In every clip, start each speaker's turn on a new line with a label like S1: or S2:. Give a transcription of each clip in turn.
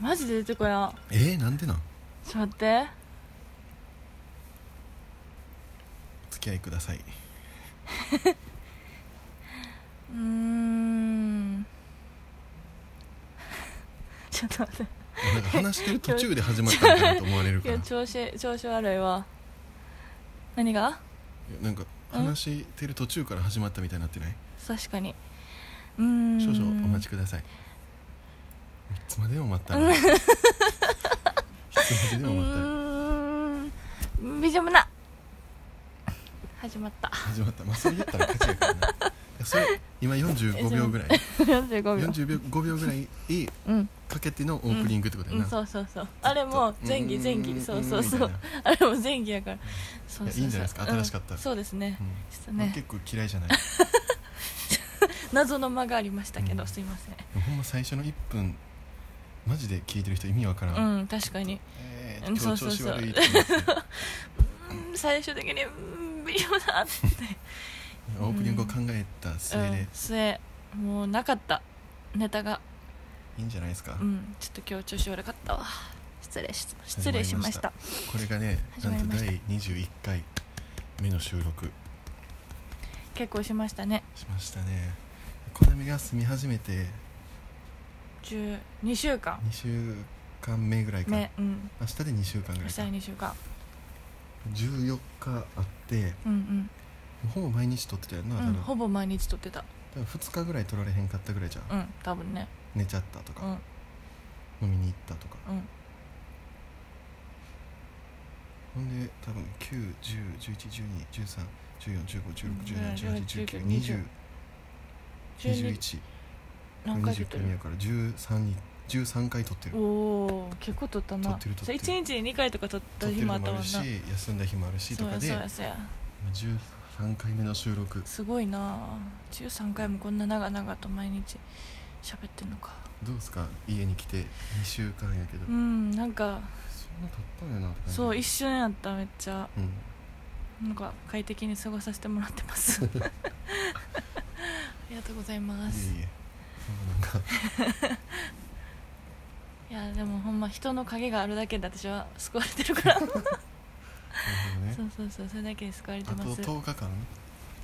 S1: マジで出てこやん
S2: えー、なんでなん
S1: ちょっと待って
S2: 付き合いくださいう
S1: ーんちょっと待っ
S2: なんか話してる途中で始まったみたいなと思われる
S1: て
S2: か
S1: い
S2: ら
S1: や調子調子悪いわ何が
S2: いやなんか話してる途中から始まったみたいになってない
S1: 確かにうーん
S2: 少々お待ち
S1: ち
S2: くださいいつまでも待ったらいつまで
S1: う
S2: でも待ったら
S1: ーんビジョムな始まった
S2: 始まったまあそれやったら勝ちやからないやそれ今45秒ぐらい
S1: 45秒
S2: 45秒5秒ぐらい
S1: うん、
S2: かけてのオープニングってことや
S1: うん、
S2: な、
S1: そうそうそうあれも前期前期そうそうそうあれも前期やからそうそうそう
S2: いやいいんじゃないですか新しかったら
S1: うんそうですねちょっと
S2: ね、
S1: ね
S2: 結構嫌いじゃない
S1: 謎の間がありましたけど、
S2: うん
S1: すいません
S2: ほんま最初の1分マジで聞いてる人意味わからん、
S1: うん確かに
S2: え
S1: うん
S2: ー、
S1: そ
S2: 今
S1: う
S2: 日
S1: そう
S2: 調子
S1: そう
S2: 悪いって言って
S1: うん最終的にうん微妙だ って
S2: オープニングを考えた末で、
S1: うん、末もうなかったネタが
S2: いいんじゃないですか、
S1: うんちょっと今日調子悪かったわ失礼し失礼しました
S2: これがね
S1: 始
S2: な
S1: まり
S2: ん
S1: ま
S2: と
S1: した
S2: 第21回目の収録
S1: 結構しましたね
S2: しましたねコナミが住み始めて
S1: 12週間
S2: 2週間目ぐらいか
S1: 目うん
S2: 明日で2週間ぐ
S1: 明
S2: らい
S1: 日
S2: か
S1: 2週間
S2: 14日あって
S1: うん
S2: ほぼ毎日撮ってたよな、
S1: うん、
S2: 多
S1: うん、
S2: 分
S1: ほぼ毎日撮ってた
S2: 多分2日ぐらい撮られへんかったぐらいじゃん、
S1: うん多分ね
S2: 寝ちゃったと
S1: う
S2: か、
S1: ん
S2: 飲みに行ったとか
S1: うん
S2: ほんで多分9 1 0 1 1 1 2 1 3 1 4 1 5 1 6 1 7 1 8 1 9 2 0
S1: 12
S2: 21
S1: 何回撮っ
S2: 20
S1: て
S2: 回目
S1: る
S2: やから13に13回撮ってる
S1: おお結構撮ったな
S2: 撮ってる撮ってる
S1: 1日に2回とか撮った
S2: 撮って
S1: 日
S2: る
S1: もあ
S2: の
S1: っ
S2: も
S1: た
S2: あ
S1: もん
S2: る
S1: な
S2: し
S1: そう
S2: 休んだ日もあるしと
S1: や
S2: か
S1: そう
S2: で
S1: やそうや
S2: 13回目の収録
S1: すごいな13回もこんな長々と毎日喋ってんのか
S2: どうですか家に来て2週間やけど、
S1: うんなんか
S2: そんな経ったんやなって感じ
S1: そう一瞬やっためっちゃ
S2: うん
S1: なんか快適に過ごさせてもらってます ありがとうございます
S2: いえいえそうなんか
S1: いやでもほんま人の影があるだけで私は救われてるからそう
S2: なるほどね
S1: そうそうそれだけで救われて
S2: あと
S1: ます
S2: 10日間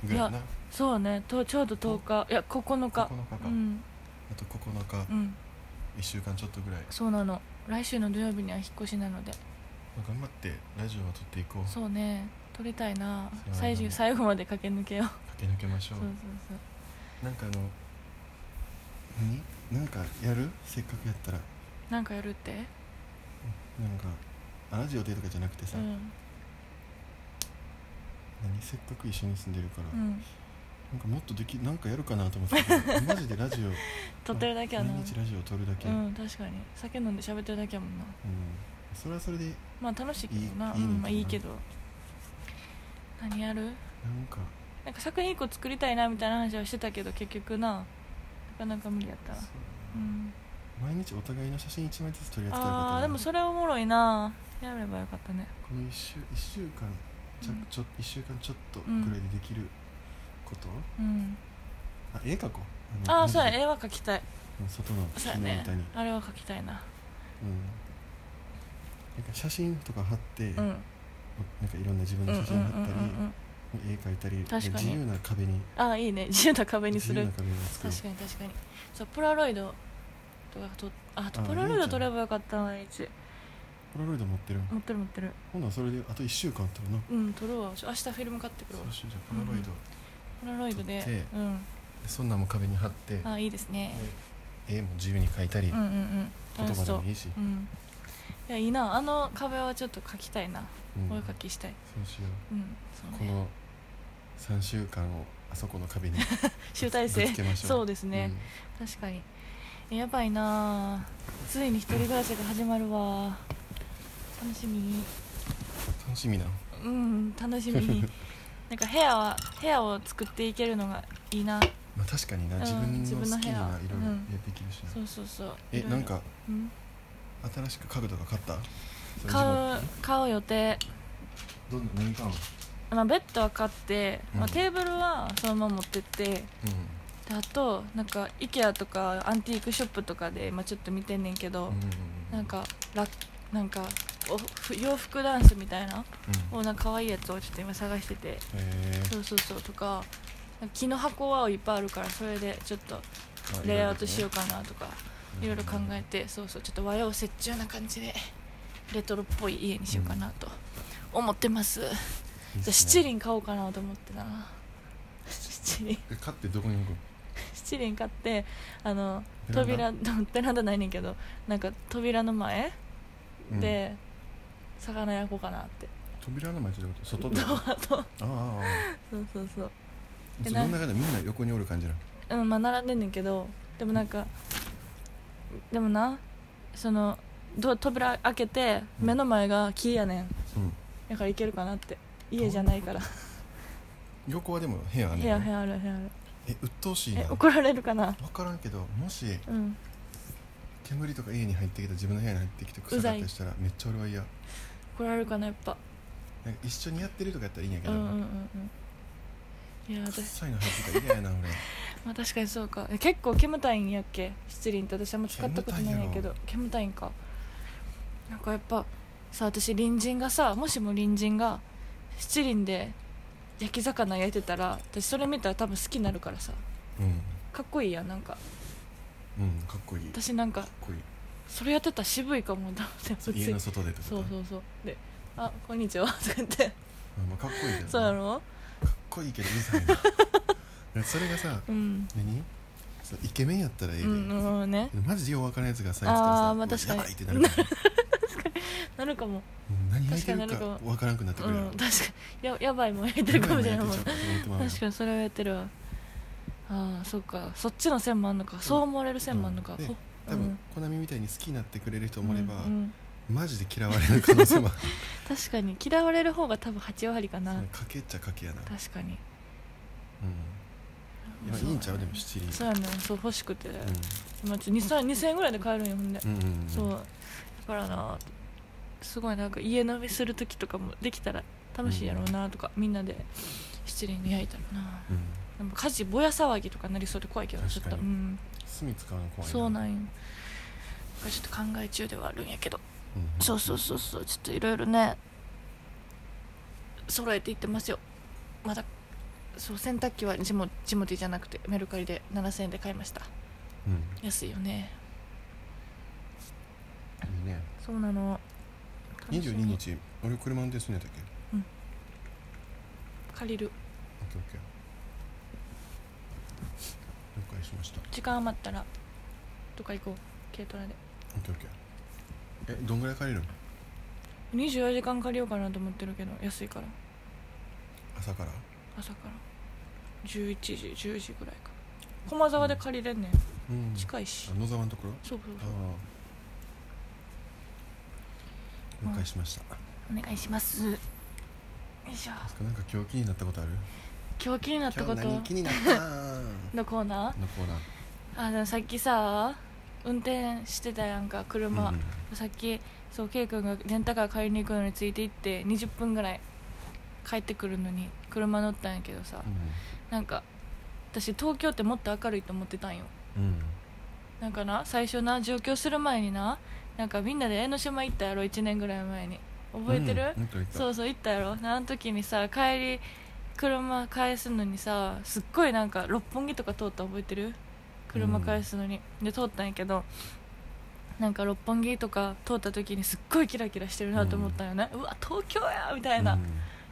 S2: ぐらい
S1: い
S2: な
S1: やそうねとちょうど10日いや9日
S2: 9日か
S1: うん
S2: あと9日
S1: うん
S2: 1週間ちょっとぐらい、
S1: そうなの来週の土曜日には引っ越しなので
S2: まあ頑張ってラジオは撮っていこう
S1: そうね撮りたいな
S2: そう
S1: 最終最後まで駆け抜けよう
S2: 駆け抜けましょ
S1: そう
S2: う
S1: そうそう
S2: なんかあの何なんかやるせっかくやったら
S1: なんかやるって
S2: なんかあラジオでとかじゃなくてさ、
S1: うん
S2: 何せっかく一緒に住んでるから、
S1: うん
S2: なんかもっとできなんかやるかなと思って たけどマジでラジオ
S1: 撮ってるだけやな
S2: 毎日ラジオ撮るだけ、
S1: う
S2: うん
S1: ん確かに酒飲んで喋ってるだけやもんな
S2: それはそれでなん
S1: まあ楽しいけどない
S2: いいいいね
S1: うんまあいいけど何やる
S2: か
S1: なんか作品一個作りたいなみたいな話はしてたけど結局ななかなか無理やったわ
S2: そう
S1: うん
S2: 毎日お互いの写真1枚ずつ撮り合ってたらよかった
S1: あ
S2: な
S1: ーでもそれおもろいなやればよかったね
S2: この1週一週間ちょ
S1: うん
S2: ちょ一週間ちょっとぐらいでできること、
S1: うん
S2: あ絵描こう
S1: ああそうや
S2: 絵
S1: 絵は描きたい
S2: 外の木
S1: そう
S2: の
S1: やね
S2: 板に
S1: あれは描きたいな
S2: うん、なんか写真とか貼って、
S1: うん
S2: なんかいろんな自分
S1: うん
S2: の
S1: うん
S2: 写
S1: う
S2: 真
S1: ん
S2: 貼ったり、
S1: うん
S2: 絵描いたり
S1: 確かに
S2: 自由な壁に
S1: ああいいね自由な壁にす
S2: 自由
S1: る
S2: な壁を作る
S1: 確かに確かにそうプラロイドとかとあと
S2: あ
S1: プラロイド
S2: いいじゃん
S1: 撮ればよかった毎日
S2: ポラロイド持ってる
S1: 持ってる持ってる
S2: 今度はそれであと1週間あったらな
S1: うん撮るわちょ明日フィルム買ってくるわ
S2: そうしようじゃあポラロイド、
S1: プラロイドで
S2: 撮って
S1: うん
S2: でそんなんも壁に貼って、
S1: ああいいですね
S2: で絵も自由に描いたり、
S1: うんうんうん楽し
S2: 言葉で
S1: そう
S2: もいいし、
S1: うんいやいいなあの壁はちょっと描きたいな
S2: うん
S1: お絵描きしたい
S2: そうしよ
S1: うんそう
S2: う
S1: ね
S2: この3週間をあそこの壁に
S1: 集大成
S2: ぶつけましょう
S1: そうですね、確かにえやばいなあついに一人暮らしが始まるわ楽しみ
S2: うん楽しみなの
S1: うん楽し みなんか部屋は部屋を作っていけるのがいいな
S2: まあ確かにな
S1: うん
S2: 自分
S1: 自
S2: の
S1: 分の部
S2: 好き
S1: 屋
S2: な色々
S1: うん
S2: 絵できるしな、
S1: そうそうそうい
S2: え
S1: ろいろ
S2: なんか
S1: うん
S2: 新しく家具とか買ったそれ
S1: 買う買う予定、
S2: 自分どんな何買うの
S1: まあ、ベッドは買って、まあ、
S2: うん
S1: テーブルはそのまま持ってって
S2: うん
S1: であとなんか IKEA とかアンティークショップとかで、まあ、ちょっと見てんねんけど、なんかラなんかおふ洋服ダンスみたいな
S2: うん
S1: おなんか可愛いやつをちょっと今探してて
S2: へ
S1: そうそうそうとかなんか木の箱はいっぱいあるからそれでちょっと
S2: ー
S1: レイアウトしようかなとか
S2: うん
S1: いろいろ考えてそうそうちょっと和洋折衷な感じでレトロっぽい家にしようかなと思ってます、
S2: いいっすね
S1: じゃあ七輪買おうかなと思ってたな七輪
S2: え買ってどこに置くの
S1: 七輪買ってあの
S2: ベ
S1: 扉
S2: ラ
S1: のベランダないねんけどなんか扉の前
S2: うん
S1: で魚焼こうかなって、
S2: 扉の前ってどういうこと外で
S1: ド
S2: あ
S1: アと
S2: ああ
S1: そうそうそう
S2: あ
S1: え
S2: そ
S1: な
S2: の中でみんな横におる感じなの
S1: うんまあ並んでんねんけどでもなんかでもなそのドア扉開けて
S2: うん
S1: 目の前が木やねん
S2: うん
S1: だからいけるかなって家じゃないから
S2: 横はでも部屋あん
S1: 部
S2: ねん
S1: 屋部屋ある部屋ある
S2: え鬱陶しい
S1: え
S2: な
S1: 怒られるかな
S2: 分からんけどもし
S1: うん
S2: 煙とか家に入ってきた自分の部屋に入ってきて臭かったりしたらめっちゃ俺は嫌
S1: 怒られるかなやっぱ
S2: なんか一緒にやってるとかやったらいいんやけ
S1: う
S2: ど、
S1: んうんうんうんいや私、
S2: 臭いの入ってたら嫌やな俺
S1: まあ、確かにそうかえ結構煙たいんやっけ七輪って私あんま使ったことないんやけど煙たいんかなんかやっぱさ私隣人がさもしも隣人が七輪で焼き魚焼いてたら私それ見たら多分好きになるからさ
S2: う
S1: かっこいいやんなんか
S2: んうんかっこいいかっ
S1: 私なんか
S2: こいい
S1: それやってたら渋いかもだって
S2: そう家の
S1: そ
S2: 外でってこと
S1: うそうそうで「あこんにちは」とか言って
S2: あまあかっこいいけどな
S1: そうやろ
S2: かっこいいけどうるさいないや それがさ
S1: うん
S2: 何そうイケメンやったらいいで、
S1: うんうんね
S2: マジでよう分からんやつがさ言ってたら
S1: あーまあ
S2: さ
S1: 確
S2: 「
S1: かに
S2: やばい!」ってなる か
S1: な
S2: ら
S1: るかも
S2: うん何焼いてる
S1: 確かにな
S2: か
S1: るか
S2: 分からんくなってく
S1: う
S2: るやろ
S1: ん確かにややばいもん焼いてるかもしれないもん確
S2: 確
S1: かにそれはやってるわああそっかそっちの線もあんのかそう思われる線もあんのか、
S2: で
S1: ほ
S2: 多
S1: う
S2: 分
S1: ん
S2: コナミみたいに好きになってくれる人もおれば
S1: うんうん
S2: マジで嫌われる可能性も ある
S1: 確かに嫌われる方が多分8割かな、
S2: かけっちゃかけやなう
S1: 確かに
S2: んいやいいんちゃうでも七輪
S1: そうやねんそう欲しくて、今ちょ 2000, 2000円ぐらいで買えるんよほんで、
S2: うんうんうん
S1: そうだからなすごいなんか家飲みする時とかもできたら楽しいやろうなとか、みんなで七輪で焼いたらな
S2: うん
S1: でも火事ぼや騒ぎとかなりそうで怖いけどちょっと
S2: 確
S1: う
S2: かに
S1: ん
S2: 炭使うの怖い
S1: そうなんんよだからちょっと考え中ではあるんやけど
S2: うん
S1: そうそうそうそうちょっといろいろね揃えていってますよまだそう洗濯機はジモジモティじゃなくてメルカリで7000円で買いました
S2: うん
S1: 安いよね
S2: いいね
S1: そうなの
S2: 22日俺車運転すんのやったっけ
S1: 借りる
S2: オッケーオッケー了解しましたオッ
S1: 時間余ったらどっか行こう軽トラで
S2: ケーオッケーえどんぐらい借りるの
S1: 24時間借りようかなと思ってるけど安いから
S2: 朝から
S1: 朝から11時10時ぐらいか駒沢で借りれんねん
S2: うん
S1: 近いし
S2: あ野沢のところ
S1: そうそう
S2: あ
S1: そう
S2: あ了解しました
S1: お願いしますよいしょ
S2: なんか今日気になったことある
S1: 今日気になったこ
S2: 今日何
S1: と
S2: 気になった の
S1: のコーナー
S2: コーナー
S1: あでもさっきさ運転してたやんか車、
S2: うんうん
S1: さっきそう圭君がレンタカー借りに行くのについて行って20分ぐらい帰ってくるのに車乗ったんやけどさ、なんか私東京ってもっと明るいと思ってたんよ
S2: うんうん
S1: なんかな最初な上京する前にななんかみんなで江ノ島行ったやろ1年ぐらい前に覚えてる、
S2: うん覚えてた
S1: そうそう行ったやろあの時にさ帰り車返すのにさすっごいなんか六本木とか通った覚えてる車返すのに、で通ったんやけどなんか六本木とか通った時にすっごいキラキラしてるなと思ったんよね、うわ東京やみたいな、
S2: うん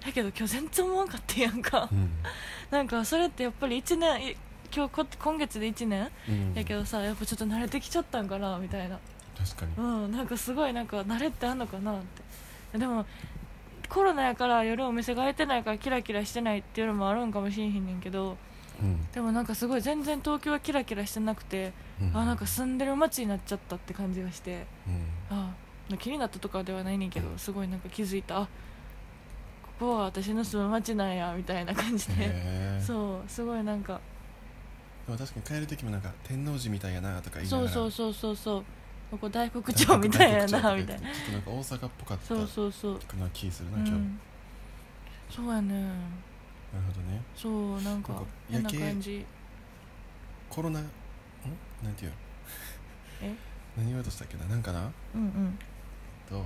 S1: だけど今日全然思わんかったやんか、
S2: うん
S1: なんかそれってやっぱり1年い今日こ今月で1年
S2: う ん
S1: やけどさやっぱちょっと慣れてきちゃったんかなみたいな
S2: 確かに
S1: うんなんかすごいなんか慣れってあんのかなってでもコロナやから夜お店が開いてないからキラキラしてないっていうのもあるんかもしれへんねんけど
S2: うん
S1: でもなんかすごい全然東京はキラキラしてなくて、
S2: うん
S1: あなんか住んでる街になっちゃったって感じがして
S2: うん
S1: あ気になったとかではないねんけどすごいなんか気づいたあここは私の住む街なんやみたいな感じで、
S2: へえ
S1: そうすごいなんか
S2: でも確かに帰る時もなんか天王寺みたいやなとか言いな
S1: そ
S2: が
S1: う
S2: ら
S1: そうそうそうそうここ大黒町みたいやなみたいな
S2: ちょっとなんか大阪っぽかった
S1: そうそうそう
S2: かな気するな
S1: う
S2: 今日なる
S1: ん、そうやね
S2: ほどね
S1: そうなんか
S2: な
S1: 変
S2: んか
S1: な
S2: 夜景
S1: 感じ
S2: コロナんなんていうの
S1: え
S2: 何言おうとしたっけななんかな
S1: うん
S2: と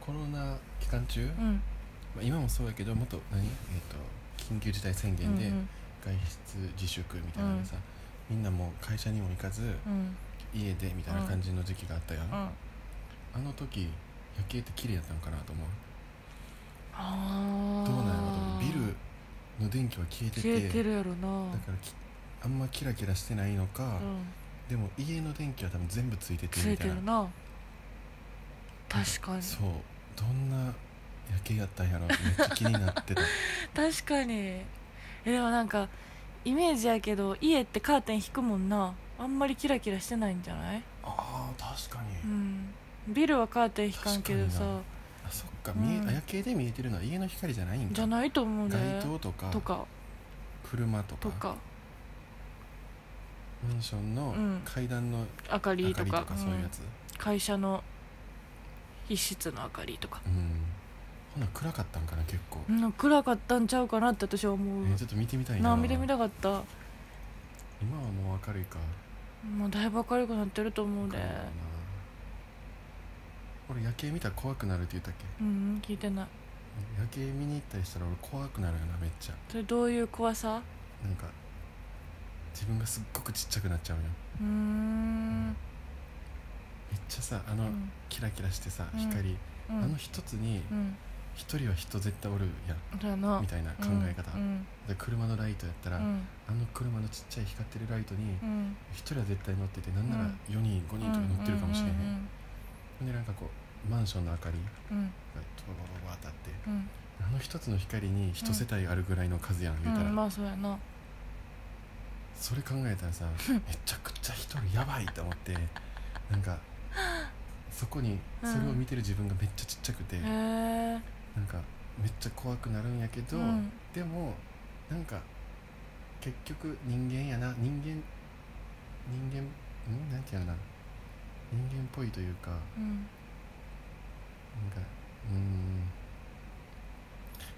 S2: コロナ期間中、
S1: う
S2: ま
S1: んうん
S2: あ、今もそうやけどもっと何、えっと緊急事態宣
S1: うん
S2: 言で外出自粛みたいなのでさ、みんなもう会社にも行かず
S1: うんうん
S2: 家でみたいな感じの時期があったやん、
S1: うん
S2: あの時夜景って綺麗やったんかなと思う
S1: あ
S2: どうなんやろうと思うビルの電気は消えてて
S1: 消えてるやろな
S2: だからきあんまキラキラしてないのか、
S1: うん
S2: でも家の電気は多分全部ついてて
S1: つ
S2: み
S1: い
S2: た
S1: て
S2: いな
S1: るな確かに
S2: そうどんな夜景やったんやろめっちゃ気にな ってた
S1: 確かにえでもなんかイメージやけど家ってカーテン引くもんなあんまりキラキラしてないんじゃない
S2: あー確かに、
S1: うんビルはカーテン引かんけど
S2: 確かに
S1: さ
S2: あそっか、
S1: うん
S2: 見えあ夜景で見えてるのは家の光じゃないんか
S1: じゃないと思うね
S2: 街灯とか
S1: とか
S2: 車とか
S1: とか
S2: マンション
S1: う
S2: の
S1: ん
S2: 階段の
S1: 明かり
S2: 明
S1: と
S2: かりと
S1: か
S2: かそういうやつ
S1: うん会社の一室の明かりとか
S2: うん、ほな暗かったんかな結構、
S1: うん暗かったんちゃうかなって私は思う
S2: えーちょっと見てみたいな
S1: な見てみたかった
S2: 今はもう明るいか
S1: もうだいぶ明るくなってると思う
S2: 明
S1: で
S2: るいかな俺夜景見たら怖くなるって言ったっけ
S1: うん聞いてない
S2: 夜景見に行ったりしたら俺怖くなるよなめっちゃ
S1: それどういう怖さ
S2: なんか自分がすっごくちっちゃくなっちゃうよ
S1: うーん
S2: めっちゃさあの
S1: うん
S2: キラキラしてさ
S1: うん
S2: 光、
S1: う
S2: あの
S1: ん
S2: 一つに
S1: うん
S2: 一人は人絶対おるやん
S1: そうやな
S2: みたいな考え方、
S1: うん
S2: で車のライトやった
S1: う
S2: ら、
S1: ん
S2: あの車のちっちゃい光ってるライトに
S1: うん
S2: 一人は絶対乗っててなんなら
S1: うん
S2: 4人5
S1: うん
S2: 人とか乗ってるかもしれへん,、
S1: うん
S2: でなんかこうマンションの明かりが
S1: うん
S2: ドババババ当たって
S1: うん
S2: あの一つの光に一世帯あるぐらいの数やん言うたら、
S1: うんまあそうやな
S2: それ考えたらさめちゃくちゃ一人やばいと思ってなんかそこにそれを見てる自分がめっちゃちっちゃくて、
S1: へ
S2: なん
S1: え
S2: かめっちゃ怖くなるんやけど、
S1: うん
S2: でもなんか結局人間やな人間人間んなんていうのかな人間っぽいというかなん
S1: うん
S2: かうーん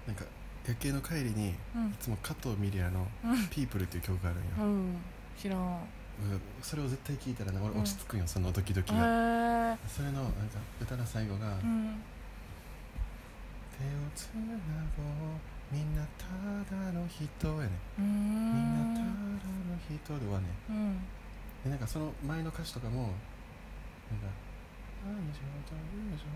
S2: なんか夜景の帰りにい
S1: うん
S2: つも加藤ミリアの
S1: うん
S2: 「ピープルっていう曲があるんよ、
S1: うん知らん
S2: うんそれを絶対聴いたらね俺
S1: うん
S2: 落ち着くんよ、そのドキドキ
S1: へ
S2: が、
S1: え
S2: それのなんか歌の最後が、
S1: うん
S2: 手をつなごうみんなただの人」やね
S1: うー
S2: 「みんなた
S1: ん
S2: だの人」ではね
S1: うん
S2: でなんかその前の歌詞とかもなんか「愛情と友情と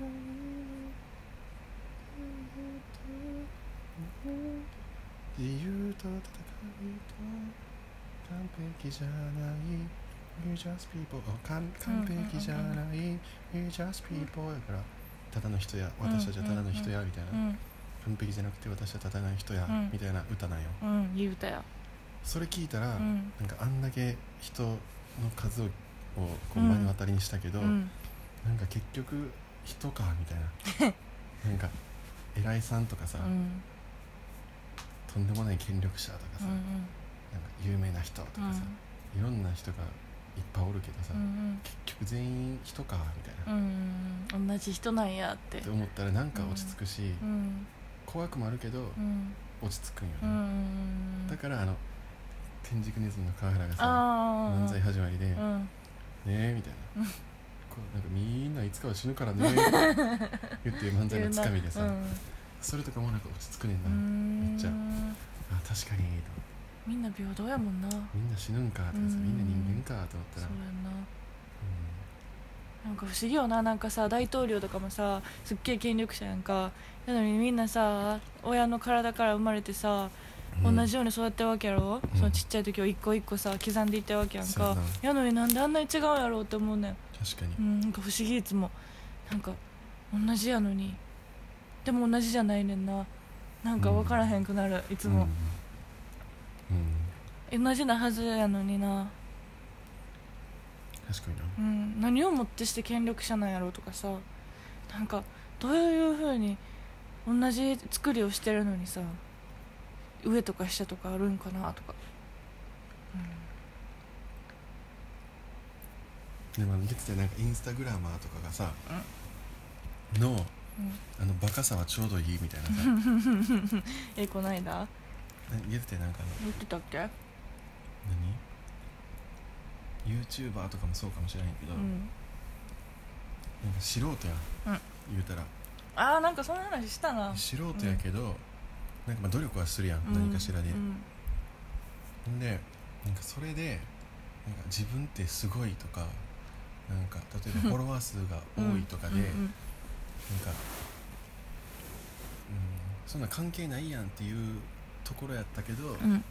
S2: 友情自由と戦いと完璧じゃない We're just people あ完完璧じゃない、We're just people やからただの人や私たちはただの人やみたいな、
S1: うん
S2: 完璧じゃなくて私はただの人や、
S1: うん
S2: みたいな歌なんよ
S1: うん言うたや
S2: それ聞いたら、
S1: うん
S2: なんかあんだけ人の数をこう
S1: うん
S2: 目の当たりにしたけ
S1: う
S2: ど、
S1: ん
S2: なんか結局人かみたい ななんか偉いさんとかさ、
S1: うん
S2: とんでもない権力者とか
S1: う
S2: さ、
S1: んう
S2: なんか
S1: ん
S2: 有名な人とか
S1: うん
S2: さ、いろんな人がいっぱいおるけどさ、
S1: うん
S2: 結局全員人かみたいな、
S1: う
S2: っ
S1: んうん同じ人なんやって
S2: て思ったらなんか落ち着くし、
S1: うん
S2: 怖くもあるけど
S1: うん
S2: 落ち着くんよね、
S1: うんうん
S2: だからあの天竺ネズミの川原がさ
S1: ああ
S2: 漫才始まりで「ね
S1: うん
S2: え」みたいなこうなんかみんないつかは死ぬか らね言って漫才のつかみでさ、
S1: うん
S2: それとかもなんか落ち着くねん
S1: う
S2: な、
S1: ん
S2: めっちゃあ確かにと思って
S1: みんな平等やもんなそう
S2: みんな死ぬんかとかさ、
S1: うん
S2: みんな人間かと思った
S1: や
S2: ら、うん
S1: ななんか不思議よななんかさ大統領とかもさすっげえ権力者やんかなのにみんなさ親の体から生まれてさ、
S2: うん
S1: 同じように育ってるわけやろ、
S2: うん
S1: そのちっちゃい時を一個一個さ刻んでいったわけやん
S2: そうや
S1: か
S2: な
S1: やのになんであんなに違うんやろうって思うねん
S2: 確かに、
S1: うん、なんか不思議いつもなんか同じやのにでも同じじゃないねんななんか分からへんくなる、いつも、
S2: うん、うん
S1: 同じなはずやのにな、
S2: 確かにな
S1: うん、何をもってして権力者なんやろうとかさなんかどういうふうに同じ作りをしてるのにさ上とか下とかあるんかなとか、
S2: でもあの出てたよなんかインスタグラマーとかがさ、のあのバカさはちょうどいいみたいな さ
S1: えこないだ
S2: 出ててなんかあの
S1: 言ってたっけ
S2: 何 YouTuber とかもそうかもしれないけど、
S1: うん
S2: なんか素人やん、
S1: うん
S2: 言うたら
S1: ああんかそんな話したな
S2: 素人やけど、なんかまあ努力はするやん、
S1: うん
S2: 何かしらで、
S1: うん
S2: んでなんかそれでなんか自分ってすごいとかなんか例 えばフォロワー数が多いとかで、
S1: うん
S2: なんか、うん、そんな関係ないやんっていうところやったけど、うん
S1: うんうん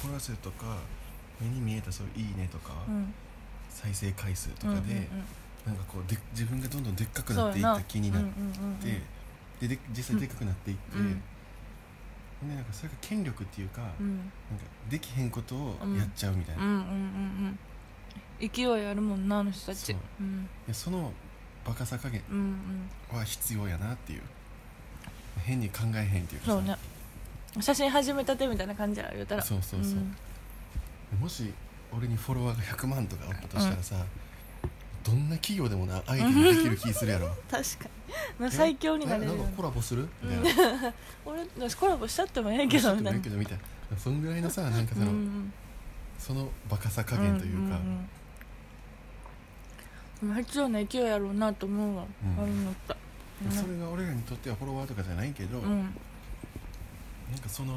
S2: フォロワー数とか目に見えたそういう「いいね」とか、
S1: うん
S2: 再生回数とか
S1: う
S2: で、
S1: んうん
S2: なんかこうで自分がどんどんでっか
S1: う
S2: く
S1: ん
S2: なっていっ
S1: そうや
S2: た気になっ
S1: うんうんうん
S2: て、でで実際でっかくなっていって、
S1: うん
S2: でなんかそれが権力っていうか、
S1: うん
S2: なんかできへんことをやっちゃうみたいな、
S1: うんうんうんうん勢いあるもんなあの人た
S2: そ
S1: ち
S2: う
S1: うん
S2: でそのバカさ加減
S1: うんうん
S2: は必要やなっていう変に考えへんっていうかさ
S1: そうね写真始めたてみたいな感じやろ言うたら
S2: そうそうそう、
S1: ん
S2: もし俺にフォロワーが100万とかおったとしたらさ、どんな企業でもなアイデアできる気する やろ
S1: 確かにな最強になれる
S2: え
S1: よ
S2: ん
S1: ね
S2: かコラボするみたいな、
S1: 俺私コラボしちゃってもええけど みたいな
S2: けどみたいなそんぐらいのさなんかその、
S1: うん
S2: そのバカさ加減というか、
S1: んんうんまあ必要な勢いやろうなと思うわ、
S2: うん
S1: あれのった
S2: それが俺らにとってはフォロワーとかじゃないけど、
S1: うん、うん
S2: なんかその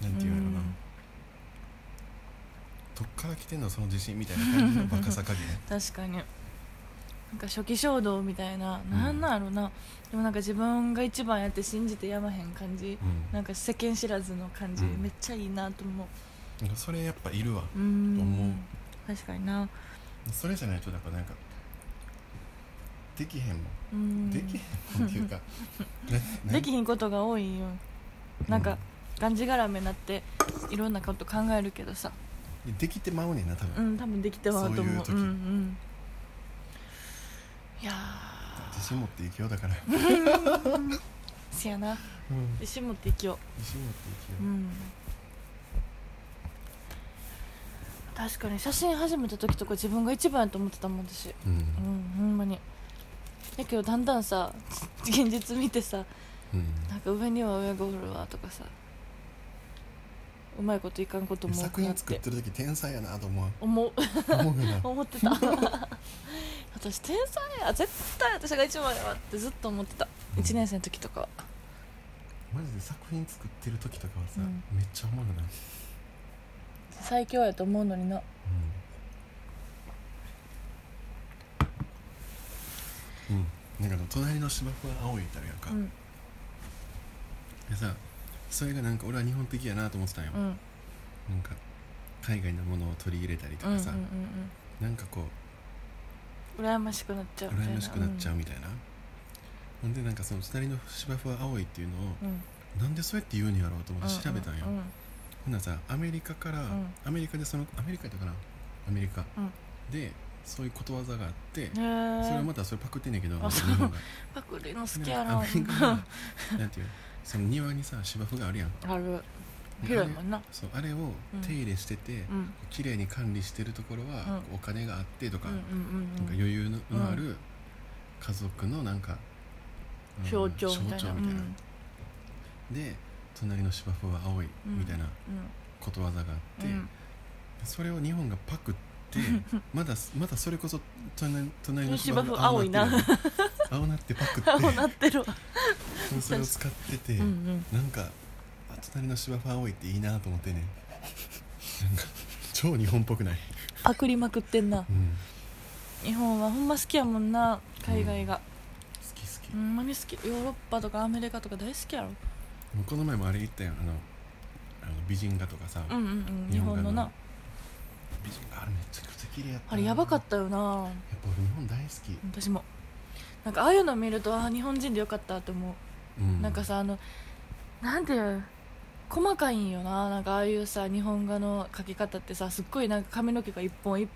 S2: なんていうのかな、
S1: うん
S2: どっから来てんのその自信みたいな感じのバカ さ加減
S1: 確かになんか初期衝動みたいな、なんなんやろうなでもなんか自分が一番やって信じてやまへん感じ、
S2: うん
S1: なんか世間知らずの感じ、
S2: うん
S1: めっちゃいいなと思
S2: なんかそれやっぱいるわ
S1: ううん
S2: 思う
S1: 確かにな
S2: それじゃないとだからなんかできへんもん、
S1: うん
S2: できへんもんって いうかな
S1: できひんことが多いよなんか、がんじがらめになっていろんなこと考えるけどさ
S2: うんできてまうねんな多
S1: う
S2: 分、
S1: ん多分できてはと思う
S2: そういう時
S1: んうんいや
S2: 自信持っていきようだから、うん、
S1: ーせやな
S2: 自
S1: 自信持っていきよ、
S2: 信持っていうき
S1: う
S2: よ
S1: ん、確かに写真始めた時とか自分が一番やと思ってたもん私
S2: う、うん
S1: うんほんまにだけどだんだんさ現実見てさ
S2: うん
S1: なんか上には親がおるわとかさうまいこといかんことも多
S2: 作
S1: くな
S2: 品
S1: っ
S2: 作っててる時天才やなと 思う
S1: 思う
S2: 思うよな
S1: 思ってた私天才や絶対私が一番やわってずっと思ってた
S2: うん
S1: 1年生の時とかは
S2: マジで作品作ってる時とかはさ、
S1: うん
S2: めっちゃ思うよな、
S1: 最強やと思うのにな
S2: うんなんかあの隣の芝生は青いってあるやんか、
S1: うん
S2: でさそれがなんか俺は日本的やなと思ってたんよ、
S1: うんうん
S2: なんか海外のものを取り入れたりと
S1: うんうんう
S2: か
S1: ん
S2: さ、なんかこ
S1: うん羨ましくなっち
S2: う
S1: ゃうみたいな
S2: 羨ましくなっちゃうみたいな、ほんでなんかその隣の芝生は青いっていうのを
S1: うんうん
S2: なんでそうやって言うんやろうと思って調べたんよ、
S1: うんうん
S2: ほんならさアメリカから、
S1: ん
S2: アメリカでそのアメリカやったかなアメリカ、
S1: うん
S2: でそういうことわざがあって、
S1: へー
S2: それはまたそれパクってんねんけど
S1: あそう
S2: 日本が
S1: パクリの好きやな
S2: アメリカがなんていうその庭にさ芝生があるやん
S1: ある
S2: で
S1: 広いもんな
S2: あれそうあれを手入れしてて、
S1: うん
S2: 綺麗に管理してるところは、お金があってと
S1: う
S2: か,、
S1: んうん
S2: なん
S1: うんう
S2: か
S1: ん
S2: 余裕ののある家族のなんか、うん
S1: 象徴みたいな
S2: 象徴みたいなで隣の芝生は青いみたいなことわざがあって、
S1: うんうん
S2: それを日本がパクってまだまだそれこそ隣隣の
S1: 芝生
S2: がってる青なってパク
S1: うん 青
S2: っ
S1: なってるわ
S2: てそれを使ってて、
S1: うんうん
S2: なんかあ隣の芝生青いっていいなと思ってねなんか超日本っぽくない、
S1: パクりまくってんな
S2: うん、
S1: 日本はほんま好きやもんな海外が
S2: 好き好き、
S1: ほんまに好きヨーロッパとかアメリカとか大好きやろ
S2: もうこの前もあれ行ったよあのあの美人画とかさ、
S1: うんうんうん日
S2: 日
S1: 本
S2: 本
S1: の
S2: が
S1: な
S2: な美人画あれめちゃくちゃ綺麗やったな
S1: あれやばかったよな
S2: やっぱ俺日本大好き、
S1: 私もなんかああいうの見るとああ日本人でよかったと思
S2: う
S1: うなんかさあのなんていう細かいんよななんかああいうさ日本画の描き方ってさすっごいなんか髪の毛が一本一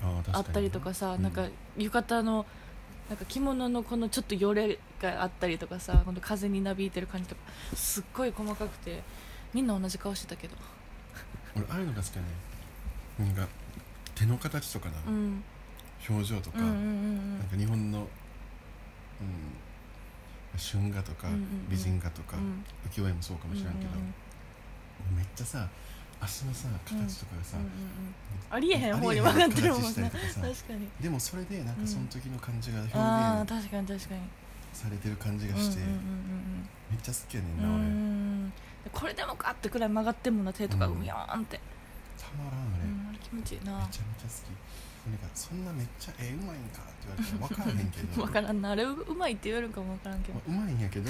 S1: 本
S2: あー確かに
S1: あったりとかさ
S2: うん
S1: なんか浴衣のなんか着物のこのちょっとよれがあったりとかさこの風になびいてる感じとかすっごい細かくてみんな同じ顔してたけど
S2: 俺ああいうのが好きやねなんか手の形とかな、
S1: うん
S2: 表情とか、
S1: うんうん
S2: なんか日本の、うん、春画とか、
S1: うんうんうん
S2: 美人画とか、
S1: うんうん
S2: 浮世絵もそうかもしれんけど、
S1: うんうん
S2: めっちゃさ足のさ形とかがさ、
S1: うんうんうんありえへん方に分
S2: ありえ
S1: か
S2: へ
S1: っ
S2: ん
S1: てるもん
S2: 形した
S1: な
S2: りとかさ
S1: 確かに
S2: でもそれでなんかその時の感じが表
S1: ああ
S2: 現
S1: 確かに確かに
S2: されてる感じがして、
S1: うん
S2: めっちゃ好きやねん
S1: うんうんうんう
S2: な、
S1: んう
S2: 俺
S1: んでこれでもかってくらい曲がってんもんな手とか
S2: うん
S1: うやーんって
S2: たまらんあ
S1: う
S2: れ、め
S1: んあれ気持ちいいな
S2: ちゃめちゃ好きなんかそんなめっちゃえうまいんかって言われたら分からへんけど
S1: 分からんなあれううまいって言えるんかも分からんけど
S2: まあうまいんや けど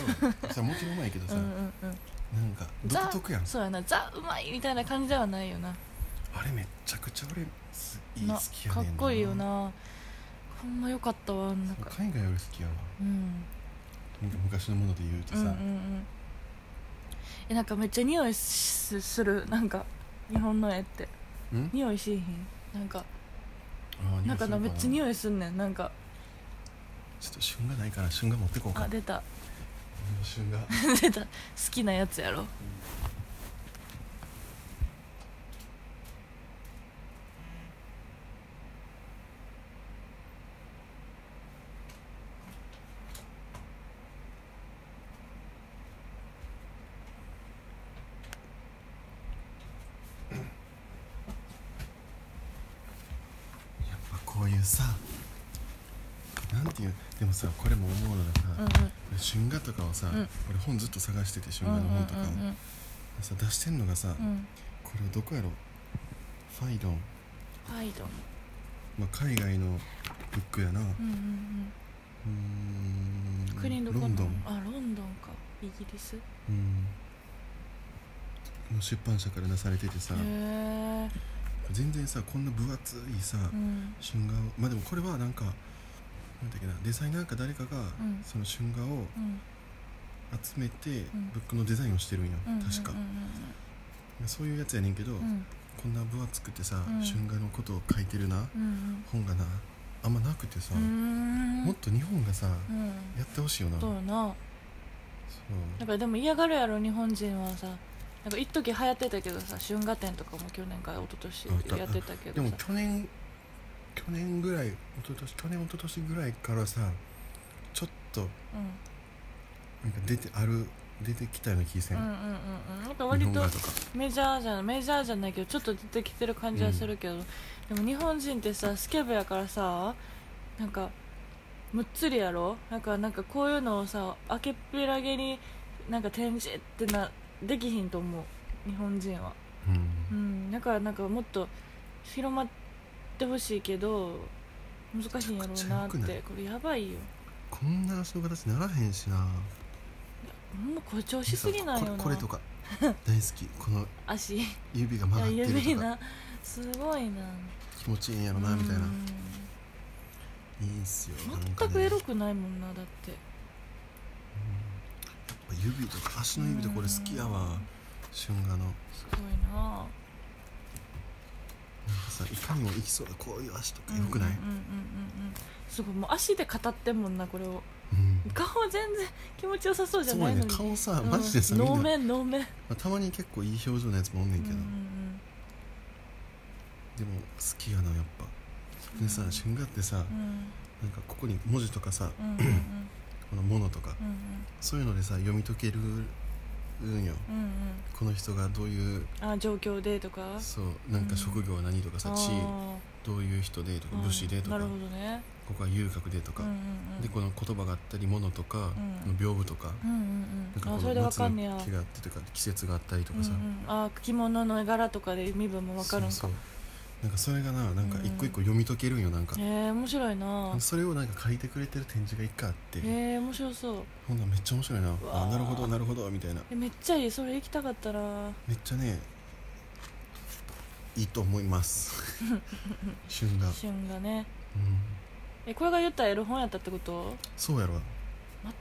S2: さもちろんうまいけど
S1: う
S2: さ、
S1: んうんうん
S2: なんか独特やん
S1: そうやなザうまいみたいな感じではないよな
S2: あれめっちゃくちゃ俺すいい
S1: な
S2: 好きや
S1: か
S2: ねん
S1: っこいいよなほんまよかったわなんか
S2: 海外より好きやわ
S1: うん
S2: なんか昔のもので言うと
S1: うん
S2: さ、
S1: うんうんえなんかめっちゃ匂いすするなんか日本の絵って
S2: うん
S1: 匂いしいひんなんか
S2: あー
S1: なんかなめっちゃ
S2: い
S1: 匂いすんねんなんか
S2: ちょっと旬がないから旬が持ってこうか
S1: あ出た
S2: 俺の旬が
S1: 出た好きなやつやろ
S2: やっぱこういうさなんていうでもさこれも思うのが
S1: う
S2: さ、
S1: ん
S2: 春画とかをさ、
S1: うん
S2: 俺本ずっと探してて春
S1: うんう
S2: 画
S1: ん
S2: の本とかを、
S1: うんうん
S2: さ出してんのがさ、
S1: うんうん
S2: これはどこやろファイドン、
S1: ハイドン
S2: まあ、海外のブックやなう
S1: うんうんう
S2: ー
S1: ん
S2: ん
S1: 国どこ
S2: ロ
S1: の
S2: ンドン
S1: あロンドンかイギリスへ
S2: うんの出版社から出されててさ
S1: え
S2: 全然さこんな分厚いさ、
S1: うん
S2: 春画をまあでもこれはなんかなんだっけなデザイナーか誰かが、
S1: ん
S2: その春画を
S1: うん
S2: 集めて、
S1: ん
S2: ブックのデザインをしてるんよ、
S1: うん
S2: 確か
S1: うん、
S2: そういうやつやねんけど、
S1: うん
S2: こんな分厚くてさ、
S1: うん
S2: 春画のことを書いてるな、
S1: うん
S2: 本がなあんまなくてさ、
S1: うんうん
S2: もっと日本がさ、
S1: うん
S2: やってほしいよな
S1: そう
S2: そう
S1: やななんかでも嫌がるやろ日本人はさなんか一時流行ってたけどさ春画展とかも去年から一昨年やってたけ
S2: で
S1: ど
S2: も
S1: さ
S2: 去年去年ぐらい一昨年去年一昨年ぐらいからさちょっとなんか出てある出てきたような気せ、
S1: うんんうんうんうんなんか
S2: 日
S1: 割
S2: 本
S1: と
S2: 画とか
S1: メジャーじゃないメジャーじゃないけどちょっと出てきてる感じはするけど、でも日本人ってさスケベやからさなんかむっつりやろなんかなんかこういうのをさ明けっぴらげになんか展示ってなできひんと思う日本人は
S2: う
S1: う
S2: ん、
S1: んだからなんかもっと広まってほしいけど難しいんやろうなっ
S2: めちゃくちゃ良くな
S1: て
S2: い
S1: これやばいよ
S2: こんな足の形ならへんしな
S1: ほんま誇張しすぎないよな
S2: これこれとか大好き この
S1: 足い
S2: 指が曲が
S1: や
S2: ってる
S1: 指
S2: とか
S1: なすごいな
S2: 気持ちいいんやろなみたいな
S1: うん
S2: いいんすよなんか
S1: 全く
S2: ね
S1: エ
S2: やっ
S1: ロくないもんなだって
S2: ぱ指とか足の指とか俺好きやわ春画のなんか
S1: すごいな
S2: さいかにもいきそうなこういう足とかよくない
S1: うんうんうんうんうんすごいもう足で語ってんもんなこれを
S2: うん
S1: 顔全然気持ちよさそうじゃ
S2: そう
S1: な
S2: や
S1: いの
S2: ね
S1: に
S2: 顔さ
S1: うん
S2: マジでさみんな
S1: 能
S2: ま
S1: 面能面
S2: あたまに結構いい表情のやつもおんねんけど
S1: うんうん
S2: でも好きやなやっぱでさ春画ってさ
S1: うん
S2: なんかここに文字とかさ
S1: うんうんうんうん
S2: このものとか
S1: うんうん
S2: そういうのでさ読み解けるんよ
S1: うんうん
S2: この人がどういう
S1: あ状況でとか
S2: そうなんか職業は何とかさ地位
S1: あ
S2: どういう人でとか
S1: ー
S2: 武士でと
S1: うん
S2: か
S1: なるほどね
S2: ここは遊郭でとか
S1: うんうんうん
S2: でこの言葉があったり物とか
S1: うん
S2: 屏風とか
S1: うん
S2: な
S1: う
S2: ん
S1: んうん
S2: か
S1: あ
S2: こ
S1: それで
S2: の
S1: わ
S2: 夏
S1: か
S2: の
S1: んねや
S2: 木があってとか季節があったりと
S1: うんう
S2: かさ
S1: んあ着物の柄とかで身分もわかるん
S2: そ
S1: か
S2: うそうなんかそれがななんか一個一個読み解けるんよなんか
S1: へえ面白いな
S2: それをなんか書いてくれてる展示が一回あって
S1: へえ面白そう
S2: ほんならめっちゃ面白いな
S1: わ
S2: あ
S1: ー
S2: なるほどなるほどみたいな
S1: えめっちゃいいそれ行きたかったな
S2: めっちゃねいいと思います 旬が、うん、
S1: 旬がねえこれが言ったらエロ本やったってこと
S2: そうやろ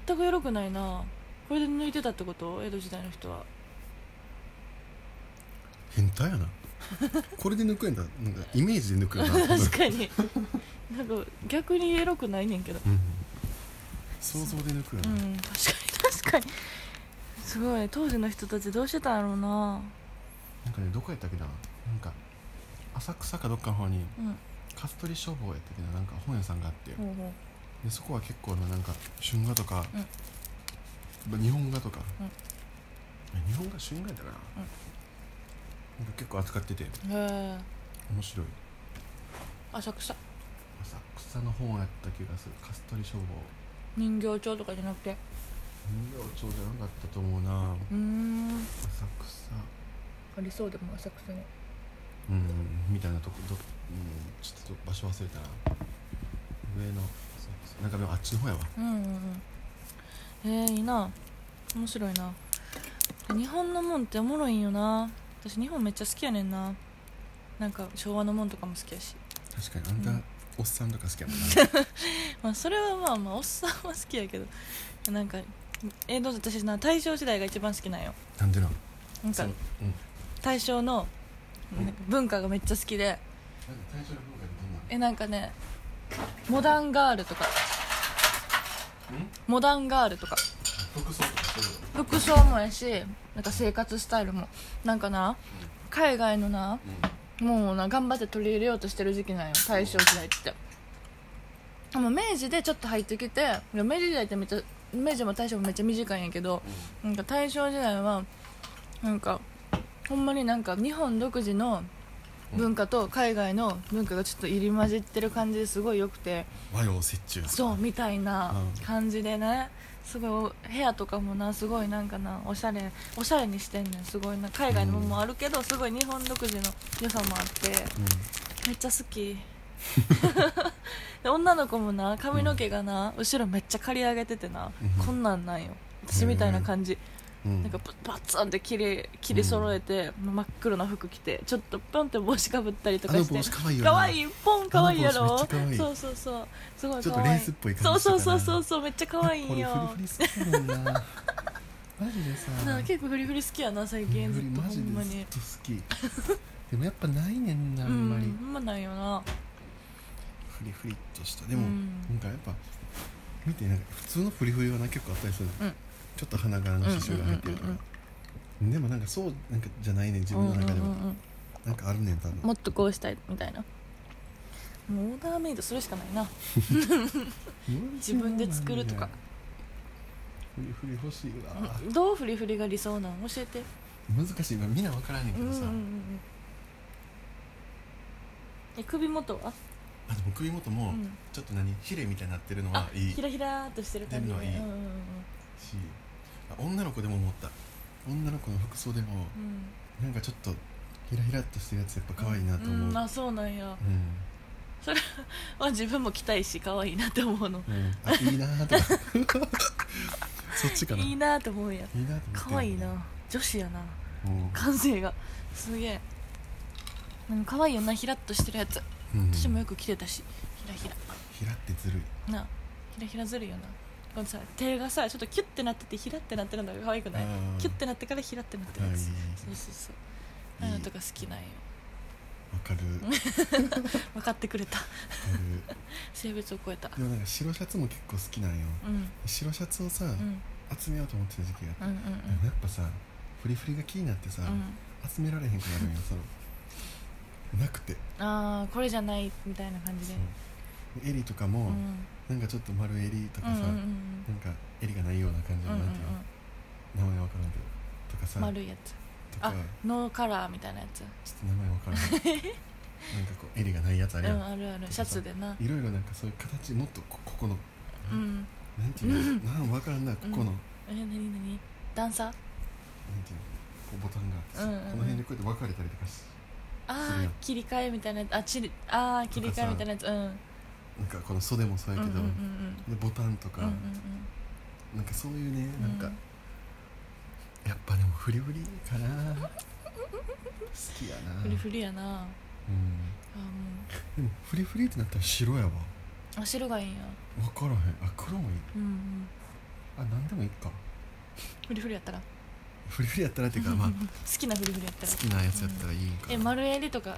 S1: 全くエロくないなこれで抜いてたってこと江戸時代の人 は
S2: 変態やな これで抜くんだなんかイメージで抜くよな
S1: 確かになんか逆にエロくないねんけど
S2: うん想像で抜くよ
S1: う
S2: な、
S1: ん確かに確かにすごい当時の人たちどうしてたんやろうな
S2: なんかねどこやったっけななんか浅草かどっかの方に
S1: うん
S2: カストリ消防やったっけななんか本屋さんがあって
S1: ほうほう
S2: でそこは結構ななんか春画とか、まあ日本画とか、
S1: うん
S2: え日本画春画やったかな,、
S1: うん
S2: なんか結構扱ってて
S1: へえ
S2: 面白い
S1: 浅草
S2: 浅草の本やった気がするカストリ消防
S1: 人形町とかじゃなくて
S2: 人形町じゃなかったと思うな
S1: うーん
S2: 浅草
S1: ありそうでも浅草に
S2: うんみたいなとこど、うん、ちょっと場所忘れたな上のそうそうなんかでもあっちの方やわ
S1: うんうんうんえー、いいな面白いな日本のもんっておもろいんよな私日本めっちゃ好きやねんななんか昭和のもんとかも好きやし
S2: 確かにあんた、
S1: うん
S2: おっさんとか好きやもんな
S1: まあそれはまあまあおっさんは好きやけどなんかえー、どうぞ私な大正時代が一番好きなんよ
S2: なんでなん
S1: なん
S2: そ
S1: か
S2: のうん
S1: 大正の
S2: うん
S1: なんか文化がめっちゃ好きで
S2: なんか最初の方がどんな
S1: えなんかねモダンガールとか
S2: ん
S1: モダンガールとか
S2: 服装とかそういうの
S1: 服装もやしなんか生活スタイルもなんかな海外のなもうな頑張って取り入れようとしてる時期なんよ大正時代ってでも明治でちょっと入ってきてで明治時代ってめっちゃ明治も大正もめっちゃ短いんやけどなんか大正時代はなんかほんまになんか日本独自の文化と海外の文化がちょっと入り混じってる感じですごい良くて
S2: 和洋折衷
S1: そうみたいな
S2: うん
S1: 感じでねすごい部屋とかもなすごいなんかなおしゃれおしゃれにしてんねんすごいな海外のものもあるけどすごい日本独自の良さもあって
S2: う
S1: めっちゃ好 きで女の子もな髪の毛がな、後ろめっちゃ刈り上げててな、
S2: うん
S1: こんなんなんよ私みたいな感じ、
S2: んうん
S1: なんかバツンって切り切り揃えて、真っ黒な服着てちょっとポンって帽子かぶったりと
S2: あ
S1: か
S2: の
S1: して
S2: 帽子可愛いよな
S1: かわいいポンかわいいや
S2: あの
S1: ろ
S2: 帽子めっちゃ可愛い
S1: そうそうそうすごい
S2: ちょっ
S1: か
S2: と
S1: わ
S2: レ
S1: い
S2: ー
S1: い
S2: スっぽい
S1: そ
S2: 感
S1: う
S2: じしてた
S1: そうそ
S2: な
S1: うそうそうめっちゃ可愛いんよ
S2: これフリフリ好きやもんなマジでさ
S1: なんか結構フリフリ好きやな最近ず
S2: フ
S1: っ
S2: リ
S1: と
S2: マ
S1: ほ
S2: ジ
S1: んま
S2: で
S1: に
S2: ずっと好きでもやっぱないねんなあ
S1: うんん
S2: まり
S1: ほんまないよな
S2: フリフリっとしたでも、
S1: うん
S2: なんかやっぱ見てなんか普通のフリフリはな結構あったりする、
S1: うん
S2: ちょっと花柄の刺繍が入ってるとか、
S1: うんうんうん
S2: でもなんかそうなんかじゃないねん自分の中
S1: う
S2: では、
S1: んうんうんうん
S2: なんかあるねん多分
S1: もっとこうしたいみたいなもうオーダーメイドするしかないな自分で作るとか
S2: フリフリ欲しいわ、
S1: どうフリフリが理想なの教えて
S2: 難しい今みんな分からへんけ
S1: うんうん
S2: ど
S1: うん
S2: さ、
S1: うんえ首元は
S2: あでも首元も
S1: うん
S2: ちょっと何ヒレみたいになってるの
S1: あ
S2: はいいし
S1: ひらひらーっとしてる感じ
S2: 出るのはいい
S1: うんうんうん
S2: あ女の子でも思った女の子の服装でも
S1: うん
S2: なんかちょっとヒラヒラっとしてるやつやっぱ可愛いなと思う、
S1: うんあそうなんや
S2: うん
S1: まあ自分も着たいし可愛いなって思うの
S2: うん、あいいなーとかそっちかない
S1: いいなって思うんや
S2: いいなと思って
S1: 可愛いな女子やな
S2: うん
S1: 感性がすげえでも可愛いよなひらっとしてるやつ
S2: うん
S1: 私もよく着てたしひらひら
S2: ヒラってずるい
S1: なあひらひらずるいよなこのさ手がさちょっとキュッてなっててひらってなってるのが可愛くない
S2: あー
S1: キュッてなってからひらってなってる
S2: はい
S1: やつ
S2: わ
S1: そうそうそうああいうのとか好きなんよ
S2: かるわか
S1: 分かってくれた
S2: る
S1: 性別を超えた
S2: でもなんか白シャツも結構好きなんよ
S1: うん
S2: 白シャツをさ、
S1: うん
S2: 集めようと思ってた時期があ
S1: う
S2: って
S1: んうんうん
S2: でもやっぱさフリフリが気になってさ、
S1: うん
S2: 集められへんくなるんよそのなくて
S1: ああこれじゃないみたいな感じで
S2: そうで襟とか
S1: う
S2: も、
S1: ん
S2: なんかちょっと丸襟と
S1: う
S2: か
S1: んう
S2: さ、
S1: んうん
S2: なんか襟がないような感じ
S1: うんう
S2: の、
S1: んう
S2: なんんていうの名前わからんけどとかさ
S1: 丸いやつ
S2: とか
S1: あノーカラーみたいなやつ
S2: ちょっと名前わからんなんかこう襟がないやつあ
S1: う
S2: るやん、
S1: んあるあるシャツでない
S2: ろいろなんかそういう形もっとこここの
S1: うん
S2: なんていうの、
S1: うん
S2: なんわからんなこ
S1: う
S2: この、
S1: ん
S2: なん
S1: えなになにダンサー
S2: ていうのこうボタンがあってさ、
S1: うんうんうん
S2: この辺でこうやって分かれたりとかしする
S1: あ
S2: や
S1: あ
S2: ん
S1: 切り替えみたいなやつあちりああ切り替えみたいなやつうん
S2: なんかこの袖もそうやけど、
S1: うんうん
S2: でボタンと
S1: うんうん
S2: か、
S1: うん
S2: なんかそういうね
S1: うん
S2: なんか、やっぱでもフリフリかな好きやな
S1: フリフリやなあ
S2: うん、
S1: ーも
S2: でもフリフリってなったら白やわ
S1: うあ白がいいんや
S2: 分からへんあ黒もいい
S1: うんうん
S2: あ何でもいいか
S1: フリフリやったら
S2: フリフリやったらっていうか まあ
S1: 好きなフリフリやったら
S2: 好きなやつやったらいいんかな
S1: え丸襟とか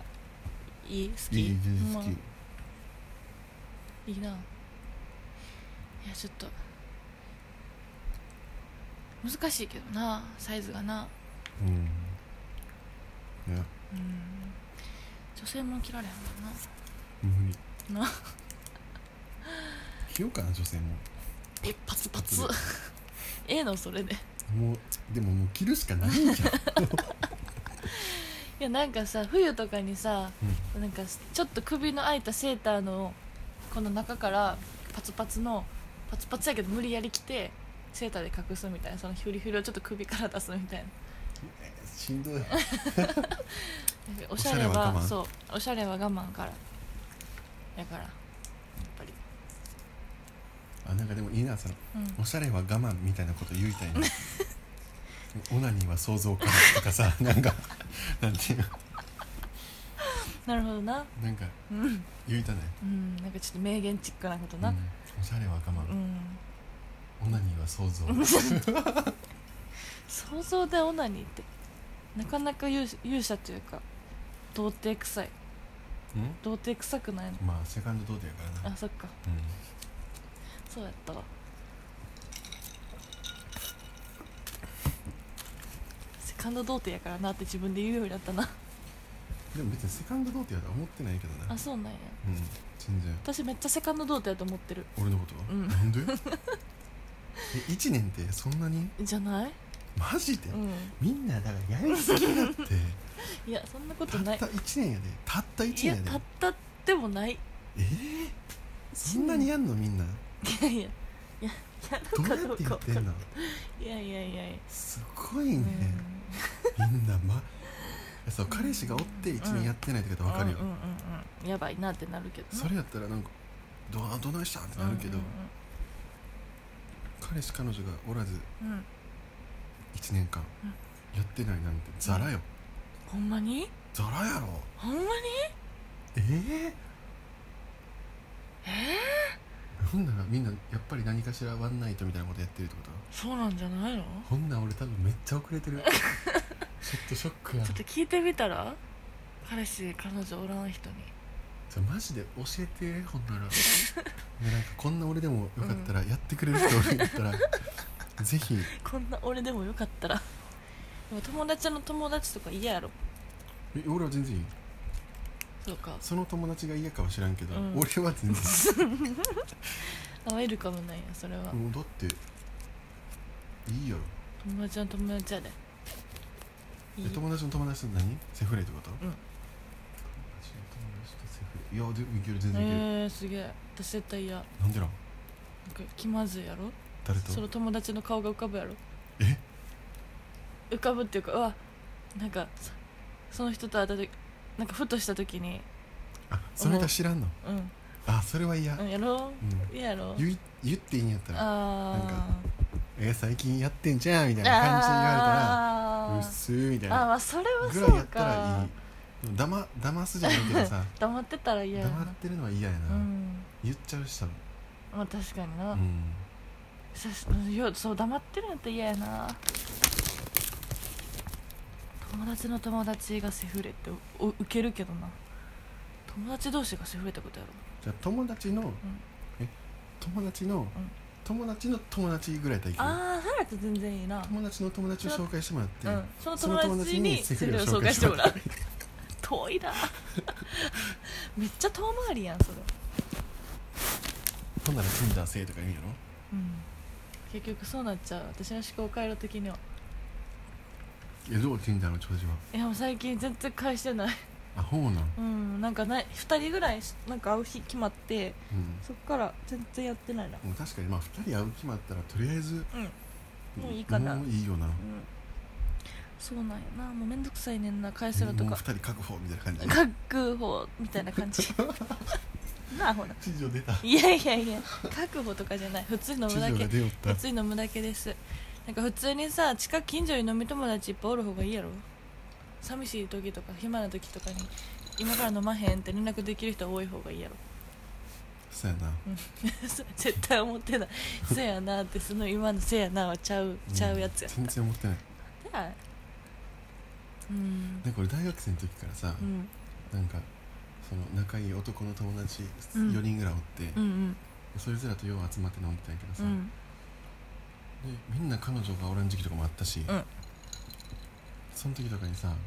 S1: いい好き
S2: いい全然好き、
S1: ほんまいいないやちょっと難しいけどなサイズがな
S2: うんいや
S1: うん女性も着られへんもんな
S2: 無 理
S1: な
S2: 着ようかな女性も
S1: えパツパツ ええのそれでい
S2: もうでももう着るしかないじゃん
S1: やなんかさ冬とかにさなんかちょっと首の開いたセーターのこの中からパツパツのパツパツやけど無理やり着てセーターで隠すみたいなそのフリフリをちょっと首から出すみたいな
S2: しんどい
S1: おしゃれは
S2: おしゃれは我慢
S1: そうおしゃれは我慢からだからやっぱり
S2: あなんかでもいいなその
S1: うん
S2: おしゃれは我慢みたいなこと言いた いなオナニーは想像からとかさなんかなんていうの
S1: なるほどな
S2: なんか
S1: うん、
S2: 言いたない、
S1: うん、なんかちょっと名言チックなこと
S2: う、
S1: なん
S2: おしゃれは我慢、
S1: うん、
S2: オナニーは想像
S1: 想像でオナニーってなかなか勇勇者というか童貞臭い
S2: うん
S1: 童貞臭くないの
S2: まあセカンド童貞やから
S1: あ
S2: な、
S1: そっか
S2: うん、
S1: そうやったわセカンド童貞やからなって自分で言うようになったな
S2: でも別にセカンド童貞だとは思ってないけどな
S1: あそうなんや
S2: うん全然
S1: 私めっちゃセカンド童貞やと思ってる
S2: 俺のことは、
S1: うん
S2: なんで え1年ってそんなに
S1: じゃない
S2: マジで、
S1: うん
S2: みんなだからやりすぎだって
S1: いやそんなこと
S2: たっ
S1: ない
S2: た1年やでたった1
S1: い
S2: 年
S1: や
S2: やで
S1: たったでもない
S2: えー、そんなにやんのみんない
S1: やいやいややる
S2: どうや
S1: か
S2: っ
S1: どう
S2: てや
S1: か
S2: ってんの
S1: いやいやいやいや
S2: すごいね
S1: うん、
S2: みんなまそう彼氏がおって1年やってないって方わかるよ、
S1: うんうんうんうんやばいなってなるけどな
S2: それやったらなんかどあどないしたんってなるけど、
S1: うん
S2: 彼氏彼女がおらず
S1: うんうんうん
S2: 1年間
S1: うん
S2: やってないなんてザラよ
S1: ほんまに
S2: ザラやろ
S1: ほんまに
S2: ええほんならみんなやっぱり何かしらワンナイトみたいなことやってるってこと
S1: そうなんじゃないの
S2: ほんなら俺多分めっちゃ遅れ てるちょっとショックや
S1: ちょっと聞いてみたら彼氏彼女おらん人に
S2: じゃマジで教えてほんな らねなんかこんな俺でもよかったらやってくれる人俺だった ら、ぜひ
S1: こんな俺でもよかったらでも友達の友達とか嫌やろ
S2: え俺は全然いい
S1: そうか
S2: その友達が嫌かは知らんけど、
S1: うん
S2: 俺は全然い
S1: 会えるかもないやそれはい
S2: もうだっていいやろ
S1: 友達の友達やでいい
S2: え友達の友達と何セフレってこと
S1: うん
S2: 友達の友達とセフレいやでもいける全然いける、
S1: えー、すげえ私絶対嫌なん
S2: なんでなん
S1: か気まずいやろ
S2: 誰と
S1: その友達の顔が浮かぶやろ
S2: え
S1: 浮かぶっていうかうわなんかそその人と会った時なんかふとした時に
S2: あその人知らんの
S1: うん、
S2: あそれは嫌、う
S1: うんん、やろ嫌やろ
S2: 言い言っていいんやったら
S1: あ
S2: 「え最近やってんじゃん」みた
S1: ー
S2: いな感じで言われたら
S1: あ
S2: うっ
S1: ー
S2: すーみたい
S1: あー
S2: な
S1: まあそれは
S2: ぐ
S1: そ
S2: らいや
S1: う
S2: ったらい
S1: か
S2: いでもだま騙すじゃないけ どさ
S1: 黙ってたら嫌や
S2: 黙
S1: な
S2: ってるのは嫌やな、
S1: うん
S2: 言っちゃうし多分
S1: まあ確かにな、
S2: うん
S1: さうんいやそう黙ってるなんて嫌やな友達の友達がセフレっておウケるけどな友達同士がセフレってことやろ
S2: じゃあ友達の、え友達の、友達の友達ぐらいだったらいい
S1: ああそれと全然いいな、
S2: 友達の友達を紹介してもらっ
S1: うん
S2: て、、
S1: その
S2: その
S1: 友
S2: 友
S1: 達
S2: 達
S1: に
S2: に
S1: セ
S2: セ
S1: フ
S2: フ
S1: レ
S2: レ
S1: を紹
S2: を紹
S1: 介
S2: 介
S1: し
S2: してて
S1: も
S2: も
S1: ら
S2: ら
S1: う遠いな めっちゃ遠回りやんそれ、
S2: ほんなら Tinder せいとか言うんやろ
S1: うん、結局そうなっちゃう私の思考回路的にはい
S2: やどう Tinder の調子はい
S1: やもう最近全然返してない
S2: あほうなん、うん、
S1: うんなんかない2人ぐらいしなんか会う日決まってそっから全然やってないな
S2: もう確かにまあ2人会う決まったらとりあえず
S1: うんもういいかな
S2: もういいよな、
S1: うんそうなんやなもうめんどくさいねんな返せろと
S2: もう2
S1: か
S2: 人確保みたいな感じで
S1: 確保みたいな感じなあほら
S2: 地上出た
S1: いやいやいや確保とかじゃない普通に飲
S2: 地
S1: むだ
S2: 上が
S1: け
S2: 出よった
S1: 普通に飲むだけですなんか普通にさ近く近所に飲み友達いっぱいおる方がいいやろ寂しい時とか暇な時とかに今から飲まへんって連絡できる人多い方がいいやろ
S2: そうやな
S1: 絶対思ってない「せやな」ってその今の「せやな」はちゃうちゃうやつやっ
S2: 全然思ってない
S1: たでうん
S2: なんか俺大学生の時からさ、
S1: うん
S2: なんかその仲いい男の友達
S1: うん
S2: 4人ぐらいおって、
S1: うんうん
S2: それぞれとよう集まって飲んでたんやけど
S1: う
S2: さ、で
S1: ん
S2: みんな彼女がおらん時期とかもあったし、
S1: うん
S2: その時とかにさなん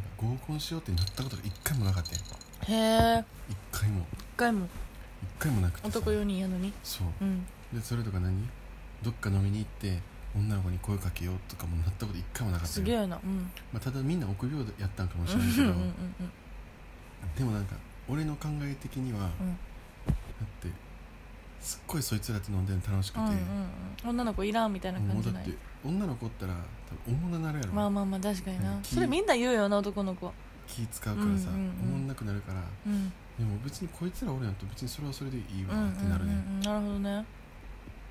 S2: か合コンしようってなったことが一回もなかったよ
S1: へえ
S2: 一回も
S1: 一回も
S2: 一回もなくてさ
S1: 男4人やのに
S2: そう
S1: うん
S2: でそれとか何どっか飲みに行って女の子に声かけようとかもなったこと一回もなかった
S1: す
S2: よ
S1: げえなうん
S2: まあ、ただみんな臆病やったんかもし
S1: う
S2: れ
S1: んう
S2: ないけ
S1: ん
S2: ど
S1: うん
S2: でもなんか俺の考え的には、
S1: うん
S2: だってすっごいそいつらと飲んでるの楽しくて、
S1: うんうんうん女の子いらんみたいな
S2: も
S1: 感
S2: うだ
S1: じ
S2: っ
S1: ない
S2: て女の子おったら多分おもんななるやろ、
S1: まあまあまあ確かに
S2: う
S1: なんそれみんな言うよな男の子
S2: 気使うからさ、
S1: うんうんうん
S2: おもんなくなるから
S1: うん
S2: でも別にこいつらおるやんと別にそれはそれでいい
S1: うんう
S2: わ
S1: ん
S2: ってなるね、
S1: うんうんなるほどね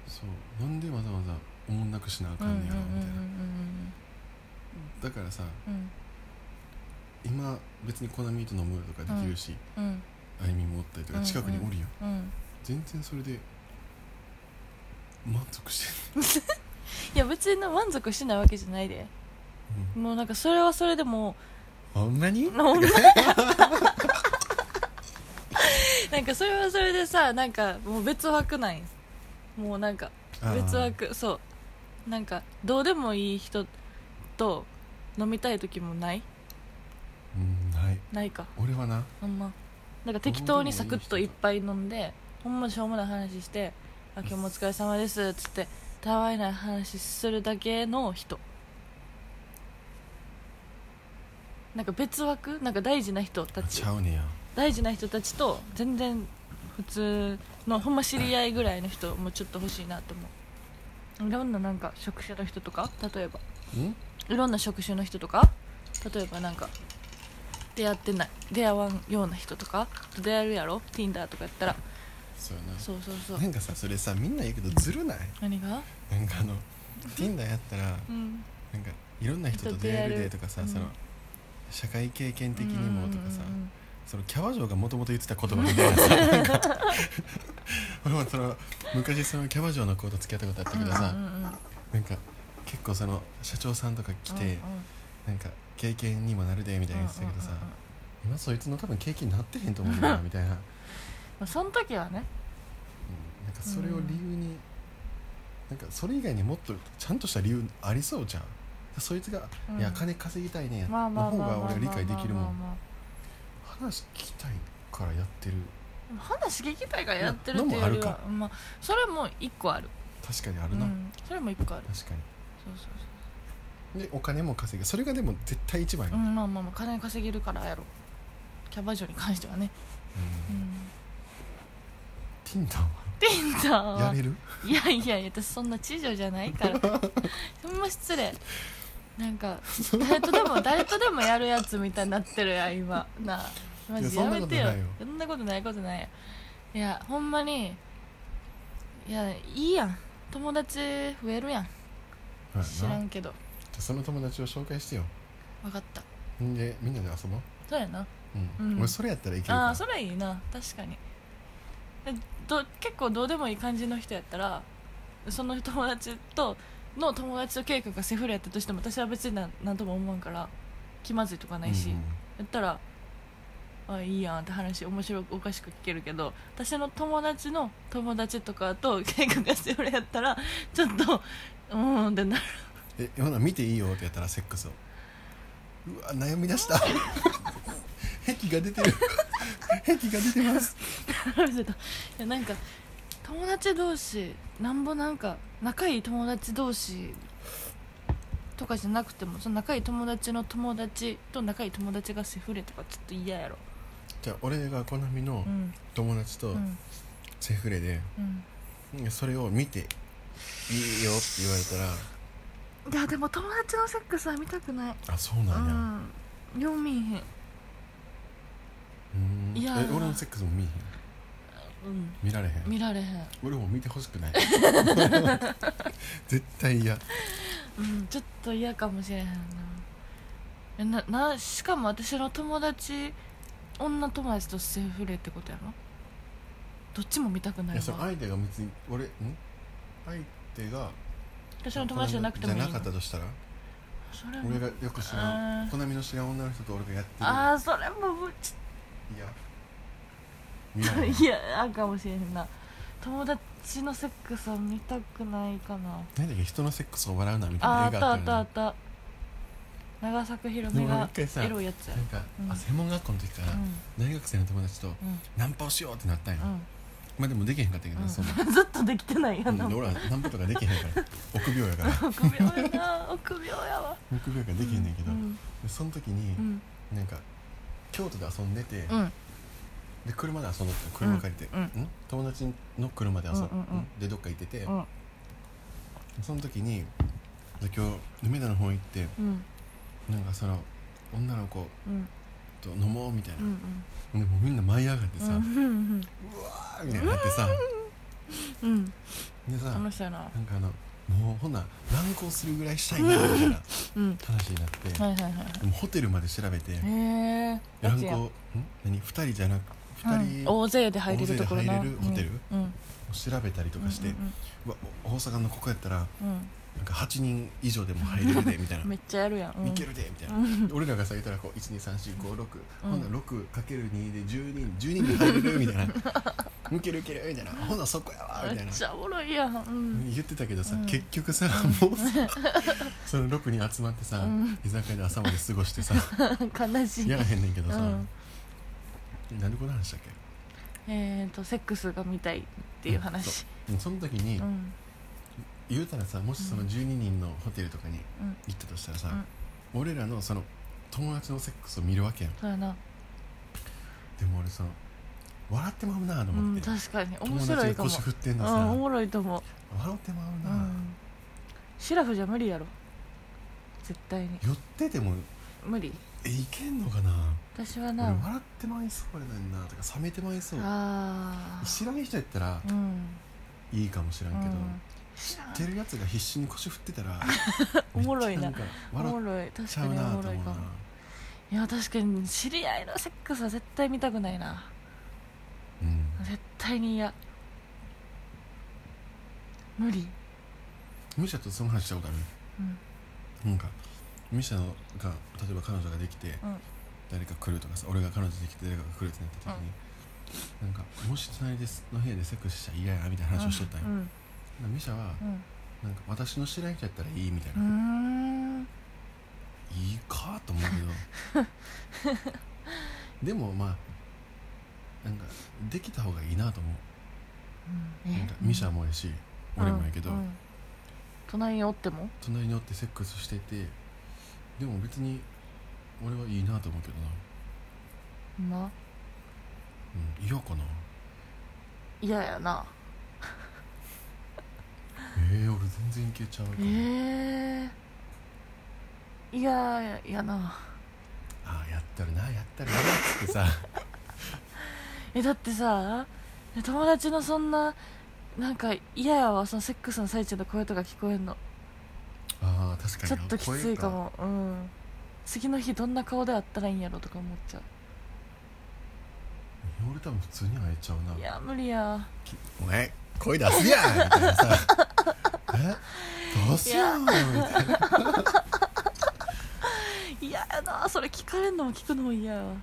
S2: そうなんでわざわざおもんなくしなあ
S1: う
S2: か
S1: んうんんうん
S2: ね
S1: うん
S2: やろみたいな、
S1: う
S2: だからさ
S1: ん
S2: 今別にコナミと飲むとかできるし、
S1: うんうん
S2: あゆみもおったりとか近くにおるやん、
S1: うん
S2: 全然それで満足して
S1: いや別にな満足しないわけじゃないで
S2: る、
S1: もうなんかそれはそれでも
S2: あんなに
S1: う女 なんかそれはそれでさなんかもう別枠なんよもうなんか別枠そうなんかどうでもいい人と飲みたい時もない
S2: うんはい
S1: ないか
S2: 俺はな
S1: ほんまなんか適当にサクッといっぱい飲んでほんましょうもない話して「あ今日もお疲れ様です」っつってたわいない話するだけの人なんか別枠なんか大事な人たち
S2: ちゃうねや
S1: 大事な人たちと全然普通のほんま知り合いぐらいの人もちょっと欲しいなと思ういろんななんか職種の人とか例えば
S2: うん
S1: いろんな職種の人とか例えばなんか出会ってない出会わんような人とか出会えるやろ Tinder とかやったら
S2: そうやな
S1: そうそうそう
S2: なんかさそれさみんな言うけどずるない
S1: 何が
S2: なんかあの Tinder やったら
S1: うん
S2: なんかいろんな人と出
S1: 人と出
S2: 会える
S1: 会え
S2: で
S1: る
S2: とかさ、
S1: うん
S2: その社会経験的にもとかさ、
S1: うんうん
S2: そのキャバ嬢がもともと言ってた言葉みたいなさなんか 俺もその昔そのキャバ嬢の子と付き合ったことあった
S1: うんうん
S2: けど
S1: う
S2: さ、
S1: んうんうん
S2: なんか結構その社長さんとか来て、なんか経験にもなるでみたいな言ってたけどさ、
S1: うんうんうんうん
S2: 今そいつの多分経験になってへんと思うんだよみたいな、うん
S1: まあその時はね
S2: なんかそれを理由に、なんかそれ以外にもっとちゃんとした理由ありそうじゃんそいつが「
S1: うん
S2: いや金稼ぎたいね」
S1: まあま
S2: の
S1: あ
S2: 方
S1: まあまあ
S2: が
S1: まあ
S2: 俺は理解できるも
S1: まあ
S2: ん
S1: まあ
S2: 話聞きたいからやってる
S1: まあ話聞きたいからやってるっていうより
S2: のもあ
S1: はまあそれも一個ある
S2: 確かにあ
S1: う
S2: るな、
S1: んそれも一個ある
S2: 確か
S1: そうそう
S2: にでお金も稼ぐそれがでも絶対一番
S1: そ
S2: よ、
S1: うう
S2: うん
S1: んまあまあまあ金稼げるからやろキャバ嬢に関してはねうん
S2: ティンダ
S1: じゃ
S2: ーは
S1: あ
S2: やれる
S1: いやいやいや私そんな知女じゃないから ほんま失礼なんか誰とでも誰とでもやるやつみたいになってるやん今なあマジ
S2: いや
S1: や
S2: そんな
S1: め
S2: こと
S1: てよ
S2: ないよ
S1: そんなことないことないよいやほんまにいやいいやん友達増えるやん
S2: ほらな
S1: 知らんけど
S2: じゃあその友達を紹介してよ
S1: 分かった
S2: んでみんなで遊ぼう、
S1: そうやな
S2: うん
S1: うん
S2: 俺それやったらいけるから
S1: ああーそれいいな確かにえど結構どうでもいい感じの人やったらその友達との友達と圭君がセフレやったとしても私は別になんなんとも思わんから気まずいとかないし、
S2: うんうん
S1: やったらあいいやんって話面白くおかしく聞けるけど私の友達の友達とかと圭君がセフレやったらちょっとうーんってなる
S2: えほな見ていいよってやったらセックスをうわ悩み出した 癖が出てる癖が出てます
S1: いやなんか友達同士なんぼなんか仲いい友達同士とかじゃなくてもその仲いい友達の友達と仲いい友達がセフレとかちょっと嫌やろ
S2: じゃあ俺が好みの
S1: うん
S2: 友達と
S1: うん
S2: セフレで、
S1: うん
S2: それを見ていいよって言われた
S1: いやでも友達のセックスは見たくない
S2: らあそうなんや
S1: うん読みへん
S2: うん
S1: いやー
S2: え俺のセックスも見えへん
S1: うん
S2: 見られへん
S1: 見られへん
S2: 俺も見てほしくない 絶対嫌
S1: うんちょっと嫌かもしれへんなえななしかも私の友達女友達とセフレってことやろどっちも見たくない
S2: い
S1: わ
S2: やその相手が別に俺ん相手が
S1: 私の友達じゃなくてもいい
S2: じゃなかったとしたら
S1: それ
S2: 俺
S1: も
S2: がよく知ら
S1: あ
S2: ん
S1: ー
S2: 好みの知らん女の人と俺がやってる
S1: ああそれもぶち
S2: いや見な
S1: ょ
S2: い
S1: っと嫌かもしれへんな友達のセックスは見たくないかな
S2: 何だっけ人のセックスを笑うなみたい
S1: あ
S2: な
S1: ああ
S2: 映
S1: っ
S2: 画
S1: た
S2: あ
S1: あ
S2: っ
S1: ったたあ
S2: よ
S1: った長作ひろみが
S2: でも俺一回さ
S1: エロいやつや
S2: なんか、
S1: うん
S2: あ専門学校の時から
S1: う
S2: 大学生の友達と
S1: ん
S2: ナンパをしようってなったんよ、
S1: うん
S2: まあでもできへんかったけどね、その
S1: うんずっとできてないや
S2: うん
S1: な
S2: で
S1: 臆
S2: 俺はナンパとかできへんから 臆病やから
S1: 病やな臆病やわ
S2: 臆病やからできへんねんけど、
S1: うん
S2: でその時に、
S1: うん
S2: なんか京都で遊んでて、
S1: うんうん
S2: で車で遊んでた車借りて、
S1: うん
S2: ん友達の車で遊ん,、
S1: うんうんうん
S2: でどっか行ってて、
S1: うん
S2: その時にで今日梅田の方行って
S1: うん
S2: なんかその女の子
S1: うん
S2: と飲もうみたい
S1: うん
S2: な、でもうみんな舞い上がって
S1: う
S2: さ、
S1: んうん
S2: あーみたいになってさ、
S1: うんうん
S2: でさなん
S1: 楽
S2: か
S1: しそうやな
S2: あのもうほんなら乱行するぐらいしたいなみたいな
S1: うん
S2: 話になって、
S1: はいはいはいは
S2: でもホテルまで調べて
S1: いへえ
S2: 乱行ん何2人じゃなく2人を
S1: 大勢で入れるところな
S2: 大勢で入れるホテル
S1: うんうん
S2: 調べたりとかして、う
S1: うん
S2: わ大阪のここやったら
S1: うん
S2: なんか8人以上でも入 れるでみたい
S1: うん
S2: な
S1: めっちゃやるやんうん
S2: いけるでみたいな、俺らが下げたらこう1234567、
S1: うん
S2: ほんなら 6×2 で10人10人で入れるみたいな いけるいけるみたいなほんならそこやわみたい
S1: め
S2: な
S1: っちゃおもろいやんうん
S2: 言ってたけどさ、
S1: うん
S2: 結 局さもうさその6人集まってさ、
S1: うん
S2: 居酒屋で朝まで過 ごしてさ
S1: 悲しい
S2: やらへんねんけどさ、
S1: うん
S2: なんでこの話したっ
S1: えーとセックスが見たいっていう話
S2: けその時に、
S1: うん
S2: 言うたらさもしその12人のホテルとかに
S1: うん
S2: 行ったとしたらさ、俺らのその友達のセックスを見るわけやん
S1: そうやな
S2: でも俺その笑ってまうなと
S1: う
S2: 思っ
S1: ん
S2: て、
S1: 確かに面
S2: 友達
S1: 白い
S2: が
S1: かも
S2: 腰振ってん
S1: う
S2: の
S1: ん
S2: さ、
S1: お
S2: 笑
S1: もろいと思う
S2: ってまう
S1: う
S2: な、
S1: んシラフじゃ無理やろ絶対に
S2: 寄ってても
S1: 無理
S2: えいけんのかな
S1: 私は
S2: 俺
S1: な
S2: 笑ってまいそうやねんなとか冷めてまいそう
S1: あ
S2: 知らん人やったら
S1: あうん
S2: いいかもしらんけど、
S1: うん知らん
S2: 知ってるやつが必死に腰振ってたら
S1: おもろいな
S2: めっちゃ
S1: お
S2: んか
S1: も
S2: 笑
S1: ろい確
S2: っち
S1: か
S2: ゃう
S1: にお
S2: な
S1: も
S2: と
S1: ろい
S2: 思う
S1: か
S2: な
S1: もいや確かに知り合いのセックスは絶対見たくないな
S2: うん
S1: 絶対に嫌無理
S2: ミシャとその話したことある
S1: うん
S2: なんかミシャのが例えば彼女ができて、
S1: うん
S2: 誰か来るとかさ俺が彼女できて誰かが来るってなった時に、なんかもし隣ですの部屋でセックスしたら嫌やなみたいな話をしとったんよ、
S1: う
S2: なんか
S1: ん
S2: ミシャは
S1: うん
S2: なんか私の知らん人やったらいいみたいうな、い
S1: ん
S2: いかと思う けどでもまあなんかできた方がいいなと思う
S1: うん
S2: なんかミシャもやし、俺もやけど、
S1: うんうん隣におっても
S2: 隣におってセックスしててでも別に俺はいいなと思うけどな、
S1: な
S2: うん、嫌かな
S1: 嫌やな
S2: えー、俺全然いけちゃうか
S1: え
S2: も、
S1: え嫌ややな
S2: ああやったるなやったるなっつってさ
S1: えだってさ友達のそんななんか嫌やわそのセックスの最中の声とか聞こえんの
S2: ああ確かに
S1: ちょっときついかもうん次の日どんな顔であったらいいんやろとか思っちゃ
S2: 声か俺多分普通に会えちゃうな
S1: ういや無理や
S2: きお前声出すやんみたいな さえ出すやんみたいない
S1: 嫌やなそれ聞かれんのも聞くのも嫌やわ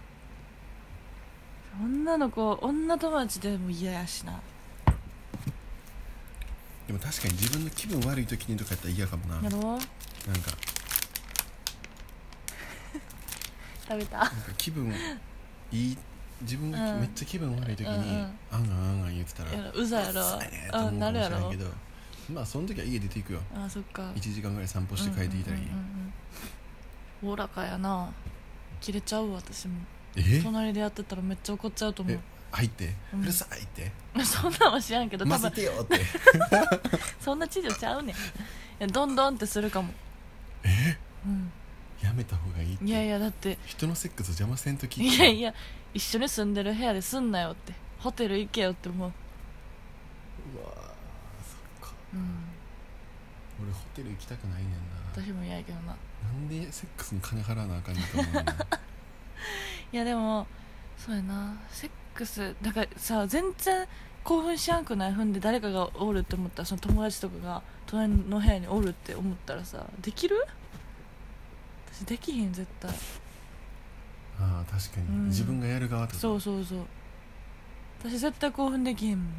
S1: 女の子女友達でも嫌やしな
S2: でも確かに自分の気分悪い時にとかやったら嫌かもなな
S1: や
S2: んか
S1: ろ
S2: なんか
S1: 食べた
S2: 気分いい自分が
S1: うん
S2: めっちゃ気分悪い時に、
S1: うんうん
S2: あんがんあんがん言ってたら
S1: やろうざやろ
S2: うっさいねと思
S1: う
S2: うんか
S1: なる
S2: もし
S1: や
S2: れん
S1: ろ
S2: けどまあその時は家出ていくよ
S1: あそっか
S2: 1時間ぐらい散歩して帰ってきたらいい、
S1: おおらかやな切れちゃうわ私も
S2: え
S1: 隣でやってたらめっちゃ怒っちゃうと思う
S2: 入って、
S1: う
S2: うんるさいって、
S1: そんなんは知らんけど多
S2: 混ぜ
S1: 分
S2: て よって、
S1: そんな知女ちゃうねんいやどんどんってするかも
S2: やめた方がいいっ
S1: う
S2: て、
S1: ん、いやいやだって
S2: 人のセックス邪魔せんとき、
S1: いやいや一緒に住んでる部屋ですんなよってホテル行けよって思う、
S2: うわーそっか、
S1: うん、
S2: 俺、ホテル行きたくないねんな、
S1: 私も嫌やけどな
S2: なんでセックスに金払わなあかんねんと思 うねんな
S1: いやでもそうやなセックスだからさ全然興奮しやんくないふんで誰かがおるって思ったらその友達とかが隣の部屋におるって思ったらさできる私できひん絶対
S2: ああ、確かに、
S1: うん
S2: 自分がやる側ってこと
S1: そうそうそう私絶対興奮できへんもん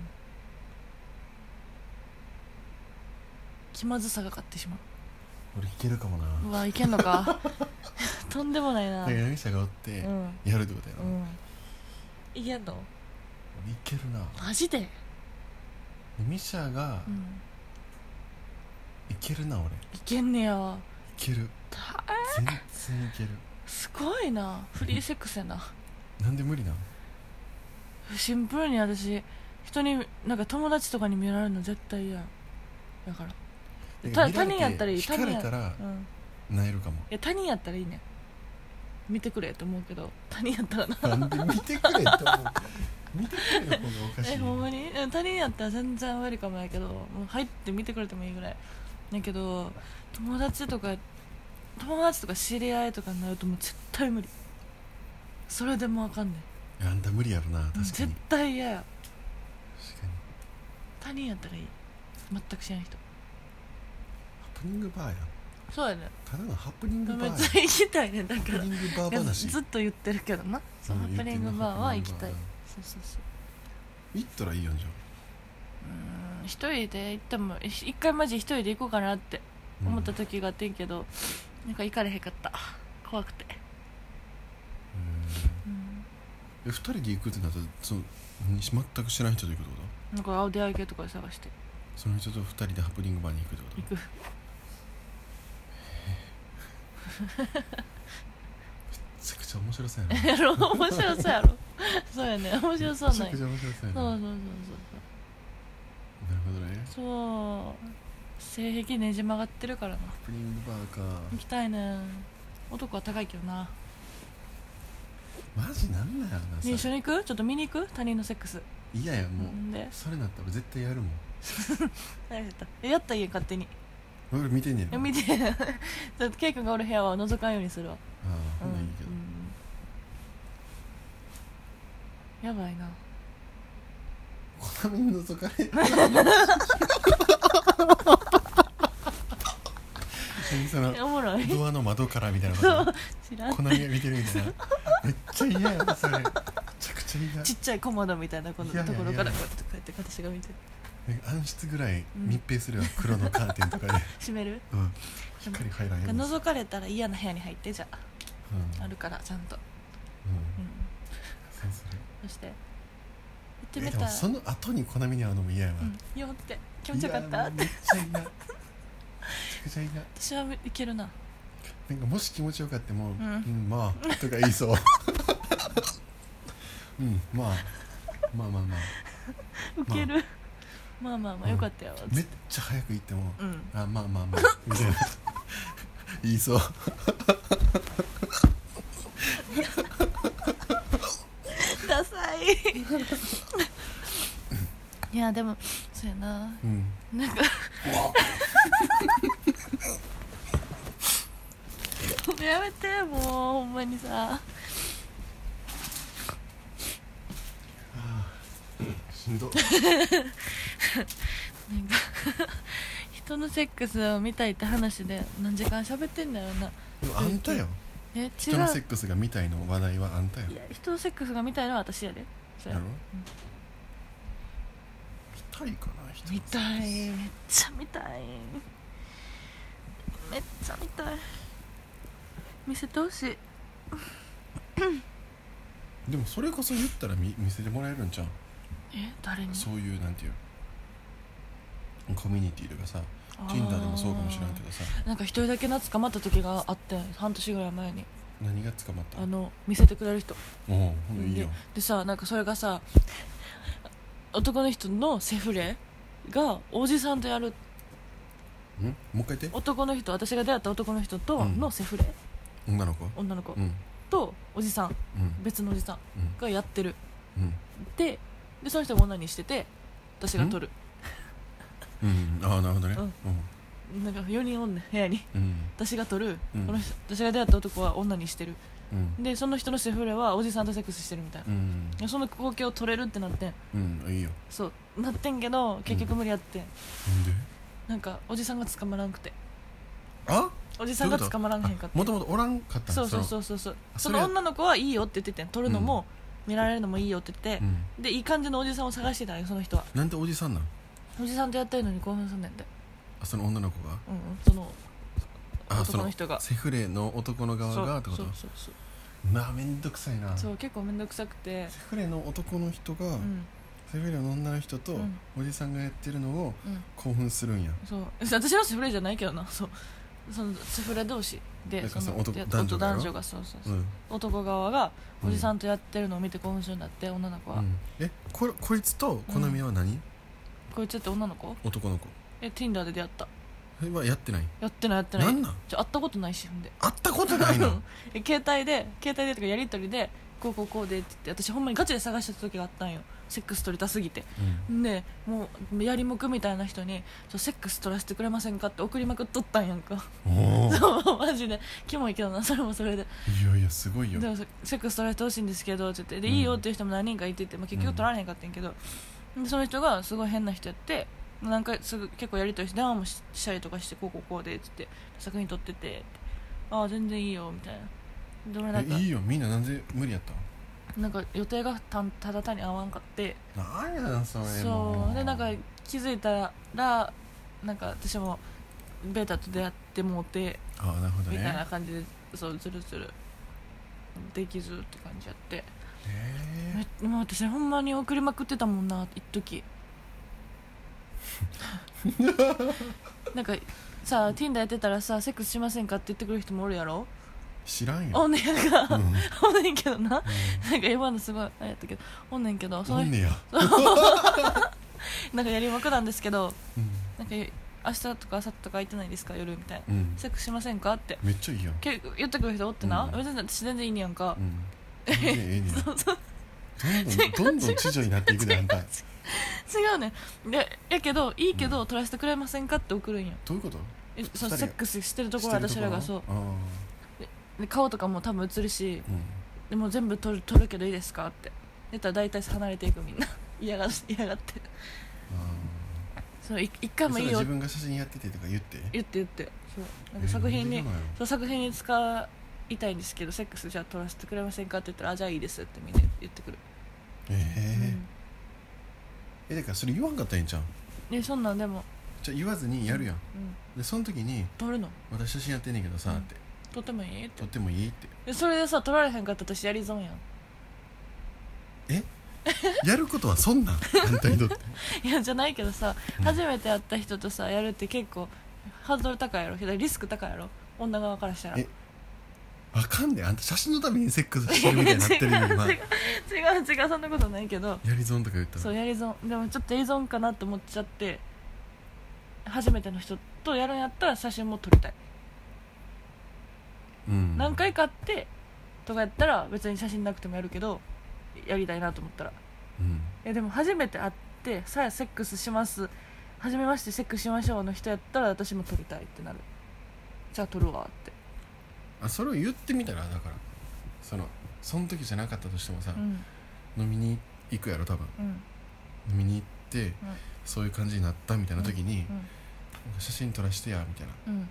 S1: 気まずさが勝ってしまう
S2: 俺いけるかもな
S1: うわいけんの かとんでもないな
S2: だか
S1: う
S2: ら闇者がおって
S1: ん
S2: やるってことや
S1: う
S2: ろ、俺い
S1: んいけんの
S2: けるな
S1: マジで
S2: ミシャが
S1: うん
S2: いけるな俺い
S1: いけんねや
S2: け る
S1: た
S2: 全然いける
S1: すごいなフリーセックスやな
S2: なんで無理なの
S1: シンプルに私人になんか友達とかに見られるの絶対嫌やだからた
S2: だから見
S1: 他人やった
S2: ら
S1: らいい
S2: れて惹かれたら
S1: うん
S2: なえるかも
S1: いや他人やったらいいねん見てくれと思うけど 他人やったらな
S2: なんで見てくれと思う見てくれの方がおかし い
S1: え
S2: よ
S1: ほんまにうん他人やったら全然ウェルカムやけどもう入って見てくれてもいいぐらいだけど友達とか友達とか知り合いとかになるともう絶対無理それでもうあかんねん
S2: あんた無理やろな確かに確
S1: 絶対嫌や
S2: かに
S1: 他人やったらいい全く知らない人
S2: ハプニングバーや
S1: そうやね
S2: ただのハプニングバ
S1: めっ
S2: ーや
S1: ちゃ行きたいねだ
S2: ハ
S1: か
S2: プ
S1: ら
S2: ニングバー話
S1: ずっと言ってるけどなそう
S2: うん
S1: ハプニングバーは行きたい
S2: 言ってんな
S1: そうそうそう
S2: 行ったらいいやんじゃ
S1: うん一人で行ってもい一回マジ一人で行こうかなって
S2: ん
S1: 思った
S2: うん
S1: 時があってんけど、なんか行かれへんかった怖くて、うん、
S2: え二人で行くってなったらその全く知らない人と行くってこと
S1: なんか青出会い系とかで探して
S2: その人と二人でハプニングバーに行くってこと
S1: 行 く
S2: めちゃくちゃ面白そうやなめ
S1: やろ面白そうやろそうやね 面白そう
S2: ち
S1: な
S2: ゃ
S1: んやそう
S2: くちゃ面白そうやな
S1: そうそう
S2: なる
S1: そう
S2: ほどね
S1: そうそう性癖ねじ曲がってるからな
S2: ハプニングバーか
S1: 行きたいね男は高いけどな
S2: マジなんなんやろな
S1: ね一
S2: そ
S1: 緒
S2: れ
S1: に行くちょっと見に行く他人のセックス
S2: 嫌やもうん
S1: で
S2: それなったら絶対やるもん
S1: 何やったえやったらいいよ勝手に
S2: 俺見てんねや
S1: え
S2: ろ
S1: 見て ちょっとケイ君がおる部屋は覗かんようにするわ
S2: ああほんならいいけど
S1: うんやばいな
S2: 小波に覗 かれ何その
S1: えおもろい
S2: ドアの窓からみたいなこと
S1: 知らん
S2: 小波が見てるみたいなめっちゃ嫌やなそれめちゃくちゃ嫌
S1: ちっちゃい小窓みたいなこの
S2: いやいや
S1: と
S2: いや
S1: ころからこうやってこうやって私が見てる
S2: なんか暗室ぐらい
S1: うん
S2: 密閉するよ、黒のカーテンと かで、
S1: 閉める
S2: うん、光入らへん
S1: な
S2: ようんに
S1: か
S2: うん
S1: 覗かれたら嫌な部屋に入ってじゃああるからちゃんと、う
S2: うん
S1: ん、
S2: そうする
S1: そして行って
S2: え
S1: み
S2: で
S1: た
S2: もその後に好みに会うのも嫌やわ、
S1: うん、よって気持ちよかっ
S2: い
S1: た
S2: やめっちゃ嫌めちゃくちゃ嫌
S1: 私はいけるな
S2: なんかもし気持ちよかっても「うんん、まあ」とか言いそう うんまあまあまあまあ
S1: ウケる、まあ、まあまあ
S2: うん
S1: よかったよ、
S2: めっちゃ早く行っても
S1: うん
S2: 「あまあまあまあ」みたいな言いそう
S1: ダサい いやでもそうやな
S2: うん
S1: なんかやめてもうほんまにさ
S2: しんど
S1: なんか人のセックスを見たいって話で何時間喋ってんだろうな
S2: でもあんたよ
S1: え違う
S2: 人のセックスがみたいの話題はあんたよ
S1: いや人のセックスが見たいのは私やでそ
S2: や
S1: れ
S2: ろ、見たいかな人
S1: 見たいめっちゃ見たいめっちゃ見たい見せてほしい
S2: でもそれこそ言ったら見見せてもらえるんじゃん、
S1: え誰に
S2: そういうなんていうコミュニティとかさ
S1: あー
S2: Tinder でもそうかもしれんけどさ
S1: なんか一人だけな捕まった時があって半年ぐらい前に
S2: 何が捕まった
S1: あの見せてくれる人
S2: おおほんでいいよ
S1: でさなんかそれがさ男の人のセフレがおじさんとやる
S2: んもう一回言って
S1: 男の人私が出会った男の人と
S2: うん
S1: のセフレ、
S2: 女の子う
S1: 女の子
S2: んうん
S1: とおじさん
S2: うん
S1: 別のおじさんがやってる
S2: うん
S1: ででその人も女にしてて私が撮る
S2: うんああなるほどね
S1: う
S2: うんん
S1: なんか4人おんねん部屋に
S2: うん
S1: 私が撮る、
S2: うん
S1: この人私が出会った男は女にしてる
S2: うん
S1: でその人のセフレはおじさんとセックスしてるみたいな、
S2: うん
S1: でその光景を撮れるってなってん
S2: うんうんいいよ
S1: そうなってんけど結局無理やってん、
S2: なんで
S1: なんかおじさんが捕まらんくて
S2: あ
S1: おじさんが捕まらんへんかった
S2: もともとおらんかったん
S1: そうそうそううそうそう
S2: あ
S1: そ
S2: それ
S1: の女の子はいいよって言ってて撮るのも、見られるのもいいよって言って
S2: う、ん
S1: でいい感じのおじさんを探してたんよその人は
S2: なんでおじさんなん
S1: おじさんとやってるのに興奮すんねんで
S2: あその女の子が
S1: うんうんその
S2: あそ
S1: 男の人が
S2: セフレの男の側がってこ
S1: そ
S2: と
S1: うそうそう
S2: なあめんどくさいな
S1: そうそ
S2: セ
S1: う結構面倒くさくて
S2: フレの男の人が、
S1: うん
S2: セフレの女の人と、
S1: うん
S2: おじさんがやってるのを
S1: うん
S2: 興奮するんや
S1: そう私はセフレじゃないけどなそうそのセフレ同士
S2: な
S1: で
S2: んかその
S1: の
S2: 男
S1: で
S2: 男女が
S1: 男女がそうそうそ
S2: う
S1: うん男側が
S2: う
S1: おじさんとやってるのを見て興奮するんだって女の子は、
S2: うんえここいつと好みは何、
S1: こいつって女の子
S2: 男の子
S1: え Tinder で出会った
S2: えはやってない
S1: やってないやってない
S2: なんなん
S1: じゃあ会ったことないしほんで
S2: 会ったことな い
S1: う
S2: の
S1: んえ携帯で携帯でとかやり取りでこうこうこうでって言って私ほんまにガチで探してた時があったんよセックス取りたすぎてんでもうやりもくみたいな人に「ちょセックス取らせてくれませんか?」って送りまくっとったんやんか
S2: うんおお い
S1: そうマジでキモいけどなそれもそれで
S2: やいやすごいよ
S1: でもセックス取らせてほしいんですけどって言ってで、
S2: うん
S1: いいよっていう人も何人かいてて、まあ、結局取られへんかったんやけど、でその人がすごい変な人やってなんかすぐ結構やり取りして電話もししたりとかしてこうこうこうでって言って作品撮っててってああ全然いいよみたいなで俺なん
S2: え
S1: か
S2: いいよみんななんで無理やった
S1: なんか予定がたんただ単に合わんかって
S2: のなんやなそれも
S1: そうでなんか気づいたらなんか私もベータと出会ってもうて
S2: ああなるほど
S1: みたいな
S2: ね
S1: 感じでそうずるずるできずって感じやって
S2: え
S1: めもう私ほんまに送りまくってたもんな一 時なんかさ Tinder やってたらさセックスしませんかって言ってくる人もおるやろ
S2: ー知らんよ
S1: おんねんか
S2: うん
S1: おんねんけどななんか今のすごいあれやったけどおんねんけどそ
S2: お
S1: の
S2: んねや
S1: なんかやりまくなんですけど
S2: うん
S1: なんか明日とか明後日とか空いてないですか夜みたいな
S2: うん
S1: セックスしませんかって
S2: めっちゃいいやん
S1: 結構言ってくる人おってな、
S2: うん
S1: 別に私全然いいねやんか
S2: う、ん全然ええねやどんどんどんどん知女になっていくであんたど
S1: 違うねんでやけどいいけど、取らせてくれませんかって送るんよ
S2: ういうこと
S1: えそ
S2: 二人が
S1: のセックスしてるところ
S2: 知って
S1: 私
S2: る
S1: ら
S2: とこ
S1: がそう
S2: ああ
S1: で顔とかも多分映るし
S2: うん
S1: でも全部撮る撮るけどいいですかって出たら大体離れていくみんな 嫌が嫌がって
S2: あ
S1: そのい一
S2: あ
S1: 回もいいよ
S2: 自分が写真やっててとか言って
S1: 言って言ってそうなんか作品に、
S2: えーなんでなのよ
S1: そう作品に使いたいんですけどセックスじゃあ撮らせてくれませんかって言ったらあじゃあいいですってみんな言ってくる、
S2: えええだからそれ言わんかったらええんちゃうん
S1: うんでそんなんでも、
S2: じゃあ言わずにやるやん
S1: うん、
S2: でその時に
S1: 撮るの
S2: 「私写真やってんねんけどさ」って
S1: 撮ってもいいっ
S2: 「
S1: て
S2: 撮ってもいい?」って
S1: でそれでさ撮られへんかったら私やり損やん
S2: やることはそんなんあんたにとって
S1: いやじゃないけどさ、
S2: うん
S1: 初めて会った人とさやるって結構ハードル高いやろリスク高いやろ女側からしたら
S2: えあかんであんた写真のためにセックスしてるみたいになってるよ今
S1: 違う違う違うそんなことないけど
S2: やり損とか言った
S1: そう
S2: ら
S1: やり損でもちょっとやり損かなって思っちゃって初めての人とやるんやったら写真も撮りたい、
S2: うん
S1: 何回か会ってとかやったら別に写真なくてもやるけどやりたいなと思ったら
S2: うん
S1: いやでも初めて会ってさあセックスします初めましてセックスしましょうの人やったら私も撮りたいってなるじゃあ撮るわって
S2: あそれを言ってみたらだからそのその時じゃなかったとしてもさ
S1: うん
S2: 飲みに行くやろ多分
S1: うん
S2: 飲みに行ってそういう感じになったみたいな時になんか写真撮らしてやみたいな
S1: うんうん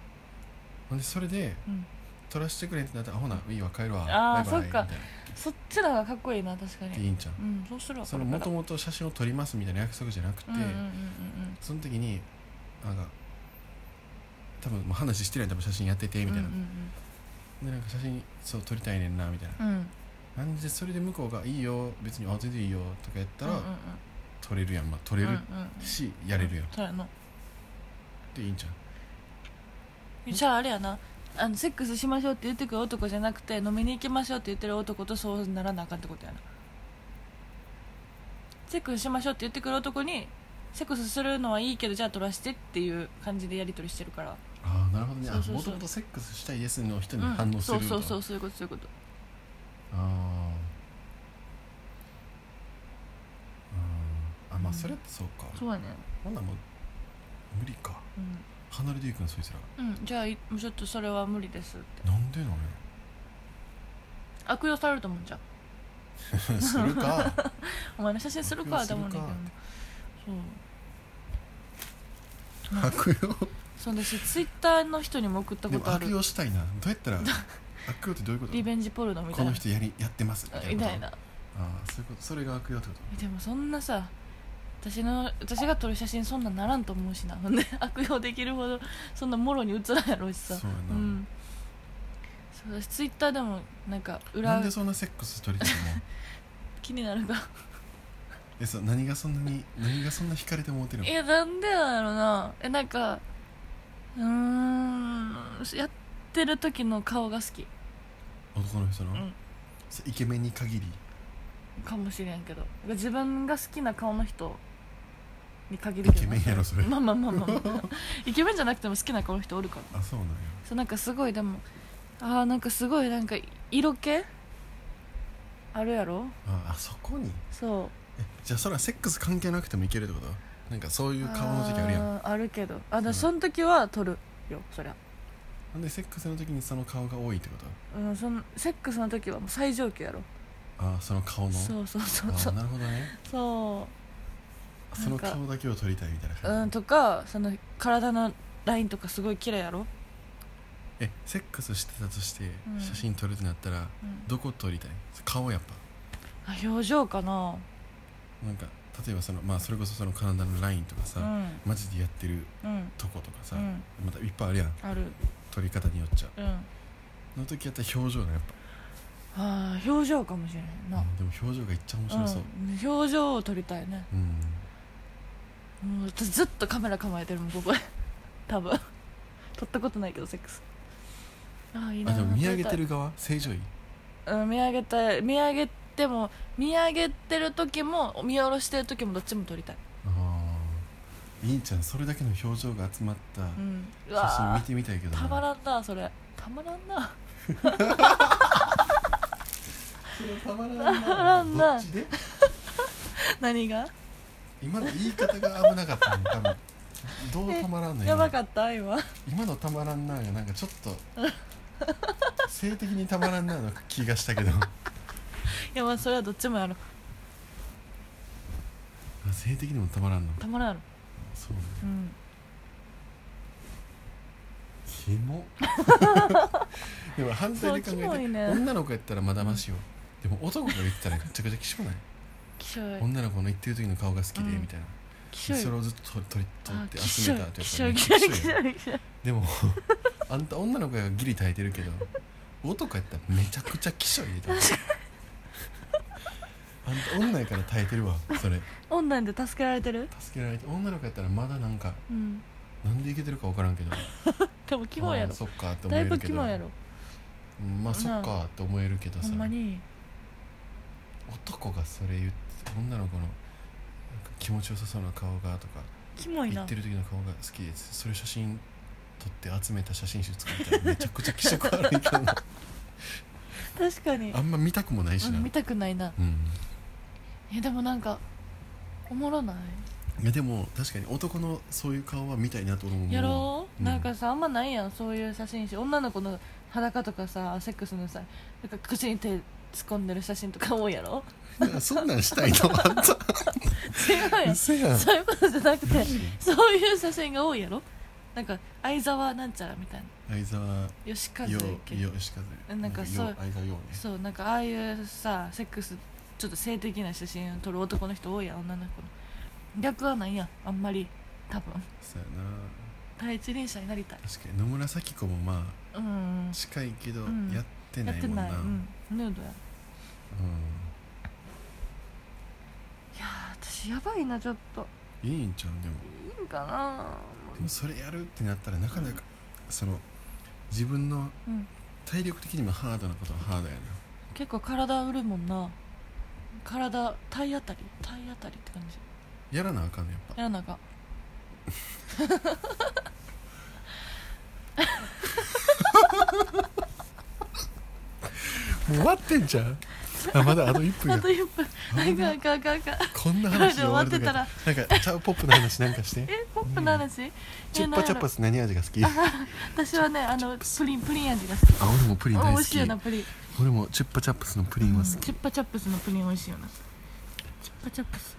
S2: ほんでそれで
S1: うん
S2: 撮らしてくれってなったらあほないいわ帰るわ
S1: あー
S2: バイバイ
S1: そっか
S2: みたい
S1: そっちらがかっこいいな確か
S2: なでい
S1: に
S2: いんちゃう
S1: うんそうするわ
S2: その
S1: これ
S2: も
S1: か
S2: と
S1: ら
S2: もと写真を撮りますみたいな約束じゃなくて、
S1: うんうんうん
S2: その時になんか多分もう話してない多分写真やっててみ
S1: うんうん
S2: たいな、
S1: うん
S2: でなんか写真そう撮りたいねんなみたいな
S1: うんうん
S2: 感じでそれで向こうが「いいよ別にあ全然いいよ」とかやった
S1: う
S2: ら
S1: ん
S2: 撮れるやん、まあ、撮れ
S1: うんうん
S2: る
S1: うんうん
S2: し、やれるやん
S1: そうやな
S2: でいいんちゃう
S1: じゃああれやなあのセックスしましょうって言ってくる男じゃなくて飲みに行きましょうって言ってる男とそうならなあかんってことやなセックスしましょうって言ってくる男にセックスするのはいいけどじゃあ取らしてっていう感じでやり取りしてるから
S2: ああなるほどね
S1: そうそうそう
S2: もともとセックスしたいですの人
S1: う
S2: に
S1: ん
S2: 反応する
S1: そうそうそううそういうことそういうこと
S2: あーあーあま
S1: う
S2: あ
S1: ん
S2: それってそうか、
S1: そうやね
S2: ほんならもう無理か
S1: うん
S2: 離れていくのそいつら
S1: うん、じゃあいもうちょっとそれは無理ですって
S2: なんでなのよ
S1: 悪用されると思うんじゃん
S2: するか
S1: お前の写真するか
S2: 悪用す
S1: だ
S2: る
S1: も
S2: か
S1: んねんけどそう
S2: 悪用
S1: そんで私ツイッターの人にも送った
S2: で
S1: こ
S2: も
S1: とあ
S2: 悪
S1: る
S2: 用したいなどう やったら悪用ってどういうこと
S1: リベンジポルノみた
S2: こ
S1: い
S2: の
S1: な
S2: 人やりやってますみたいな
S1: み
S2: こと
S1: たいな
S2: ああそういうことそれが悪用ってこと
S1: でもそんなさ私の私が撮る写真そんなんならんと思うしなほんで 悪用できるほどそんなもろに写らんやろうしさ
S2: そうやな
S1: うんそう私ツイッターでもなんか
S2: な
S1: 裏
S2: んでそんなセックス取りたい の
S1: 気になるが
S2: えそう何がそんなに何がそんな惹かれてもうてるの
S1: いやなんでだろうなえなんかうーんやってる時の顔が好き
S2: 男の人の、
S1: うん
S2: それイケメンに限り
S1: かもしれんけど自分が好きな顔の人に限るけど
S2: イケメンやろそれ
S1: まあまあまあまあ、まあ、イケメンじゃなくても好きな顔の人おるから
S2: あそうなんや
S1: そうなんかすごいでもああんかすごいなんか色気あるやろ
S2: ああそこに
S1: そう
S2: え じゃあそれはセックス関係なくてもいけるってことなんかそういう顔の時あるやん
S1: あーあるけどあだから
S2: うん
S1: その時は撮るよそりゃ、
S2: なんでセックスの時にその顔が多いってこと
S1: うん、そのセックスの時はもう最上級やろ
S2: ああその顔の
S1: そうそうそう
S2: あ
S1: そ
S2: あ
S1: う
S2: なるほどね
S1: そ
S2: その
S1: なんか
S2: 顔だけを撮りたいみたい
S1: う、
S2: な
S1: うん、
S2: 感じ、
S1: とかその体のラインとかすごい綺麗やろ、
S2: えセックスしてたとして
S1: うん
S2: 写真撮るってなったら、
S1: うん、
S2: どこ撮りたい顔やっぱ
S1: あ表情かな
S2: なんか例えばそのまあそれこそその体のラインとかさ、
S1: うん
S2: マジでやってる
S1: うん
S2: とことかさ、
S1: うん
S2: またいっぱいあるやん
S1: ある
S2: 撮り方によっちゃ
S1: うん
S2: の時やったら表情がやっ
S1: あー表情かもしれ
S2: ぱ、
S1: な
S2: うんでも表情がいっちゃ面
S1: いな、
S2: 白そう
S1: うん、表情を撮りたいね
S2: うん、
S1: もう私ずっとカメラ構えてるもんここで 多分撮ったことないけどセックスああいいな
S2: あでも見上げ
S1: 撮
S2: て
S1: り
S2: る側正常位
S1: たいうん見上げたい見上げても見上げてる時も見下ろしてる時もどっちも撮りたい
S2: ああいいんちゃんそれだけの表情が集まっ
S1: う
S2: た
S1: んう
S2: 写真見
S1: わ
S2: てみたいけ
S1: ー
S2: どな
S1: たまらんなそれたまらんな
S2: それたまらん
S1: たまらんな
S2: どっちで
S1: 何が
S2: 今の言い方が危なかったの多分どうたまらんの
S1: やば
S2: 今
S1: かった今
S2: 今のたまらんながなんかちょっと性的にたまらんなの気がしたけど
S1: いやまあそれはどっちもやろ
S2: あ性的にもたまらんの
S1: たまらんやろ
S2: そうね
S1: うん
S2: キモでも反対で考
S1: そう
S2: え
S1: キモ
S2: て、
S1: いね
S2: 女の子やったらまだましよ、でも男が言ってたらめちゃくちゃきしょない
S1: きしょい
S2: 女の子の言ってる時の顔が好きで
S1: うん
S2: みたいな、
S1: きしょい
S2: それをずっと取り取
S1: あ
S2: って
S1: きし
S2: 集
S1: ょ
S2: め
S1: い
S2: たというか
S1: きしょい
S2: めっ
S1: き
S2: ち
S1: しょ
S2: ゃ
S1: い
S2: き
S1: き
S2: し
S1: し
S2: ょい
S1: ょいきしょい
S2: でもあんた女の子がギリ耐えてるけど男やったらめちゃくちゃきしょいで多分あんた女やから耐えてるわそれ
S1: 女で助けられてる
S2: 助けられて女の子やったらまだなんか
S1: うん
S2: なんでいけてるか分からんけど
S1: でもキモいや
S2: あー
S1: ろ
S2: そっかって思
S1: だ
S2: え
S1: いぶ
S2: るけ
S1: キ
S2: ど
S1: モいやろ
S2: うんまあそっかって思えるけど
S1: ほ
S2: さ
S1: んまに
S2: 男がそれ言って女の子のなんか気持ちよさそうな顔がとか
S1: キモい
S2: 言
S1: な
S2: ってる時の顔が好きですそれ写真撮って集めた写真集作ったらめちゃくちゃ気色悪いけど な
S1: 確かに
S2: あんま見たくもないし
S1: う
S2: な、うんん
S1: 見たくないなえでもなんかおもろない
S2: いやでも確かに男のそういう顔は見たいなと思う
S1: やろう、
S2: うん
S1: なんかさあんまないやんそういう写真集女の子の裸とかさセックスのさなんか口に手突っ込んでる写真とか多いやろ
S2: だからそんなんしたいのあんた
S1: 違うやん
S2: 嘘や ん
S1: そういうことじゃなくて
S2: マジ
S1: そういう写真が多いやろなんか相沢なんちゃらみたいな
S2: 相沢
S1: 吉和
S2: よ
S1: 家
S2: よしかず
S1: なんかそう
S2: よ相沢ようね
S1: そうなんかああいうさセックスちょっと性的な写真を撮る男の人多いやん女の子の逆はないやんあんまり多分
S2: そうやな
S1: 第一人者になりたい
S2: 確かに野村咲子もま
S1: うん
S2: あ近いけど
S1: うん
S2: やって
S1: や
S2: な
S1: っ
S2: い
S1: て
S2: もんな、
S1: ないうんヌードやい
S2: うん
S1: やー私やばいなちょっと
S2: いいんちゃうでも
S1: いいんかな
S2: でもそれやるってなったらなかなかその自分の
S1: うん
S2: 体力的にもハードなことはハードやな
S1: 結構体売るもんな体体当たり体当たりって感じ
S2: やらなあかんねやっ
S1: や
S2: ぱ
S1: らなあかん
S2: もう終わってんじゃんあまだあと1分
S1: あ
S2: や
S1: と1分
S2: 危な
S1: あかんあかんあかんあかん
S2: こんな話で終わると
S1: これで終わっ
S2: かなんかチャウポップの話なんかして
S1: えポップの話、え
S2: チュッパチャッパス何味が好きあ
S1: なんやろ私はねあのプリンプリン味が好き
S2: 俺もプリン
S1: あ
S2: 大
S1: 美
S2: 好
S1: 味しい
S2: き
S1: よなプリン
S2: 俺もチュッパチャップスのプリンは好き
S1: チュッパチャップスのプリン美味しいよなチュッパチャップス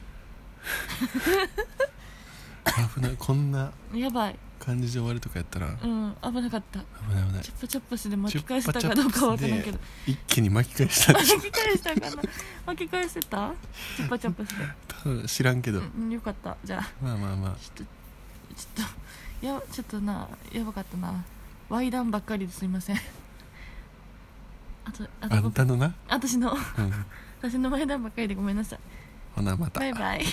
S2: 危ないこんな
S1: やばい
S2: 感じで終わるとかやったら
S1: うん危なかった
S2: 危ない危ない
S1: チョップチョップスで巻き返せたかどうかは分からんけど
S2: 一気に巻き返した
S1: 巻き返したかな巻き返せたチョッパチョップスで、
S2: 知らんけど、
S1: うん、よかったじゃあ
S2: まあまあまあ
S1: ちょっとちょっとやちょっとなやばかったなワイダンばっかりですいませんあとあ
S2: あ
S1: と
S2: ん
S1: 僕
S2: たのな、
S1: 私の
S2: うん、
S1: 私のワイダンばっかりでごめんなさい
S2: ほなまた
S1: バイバイ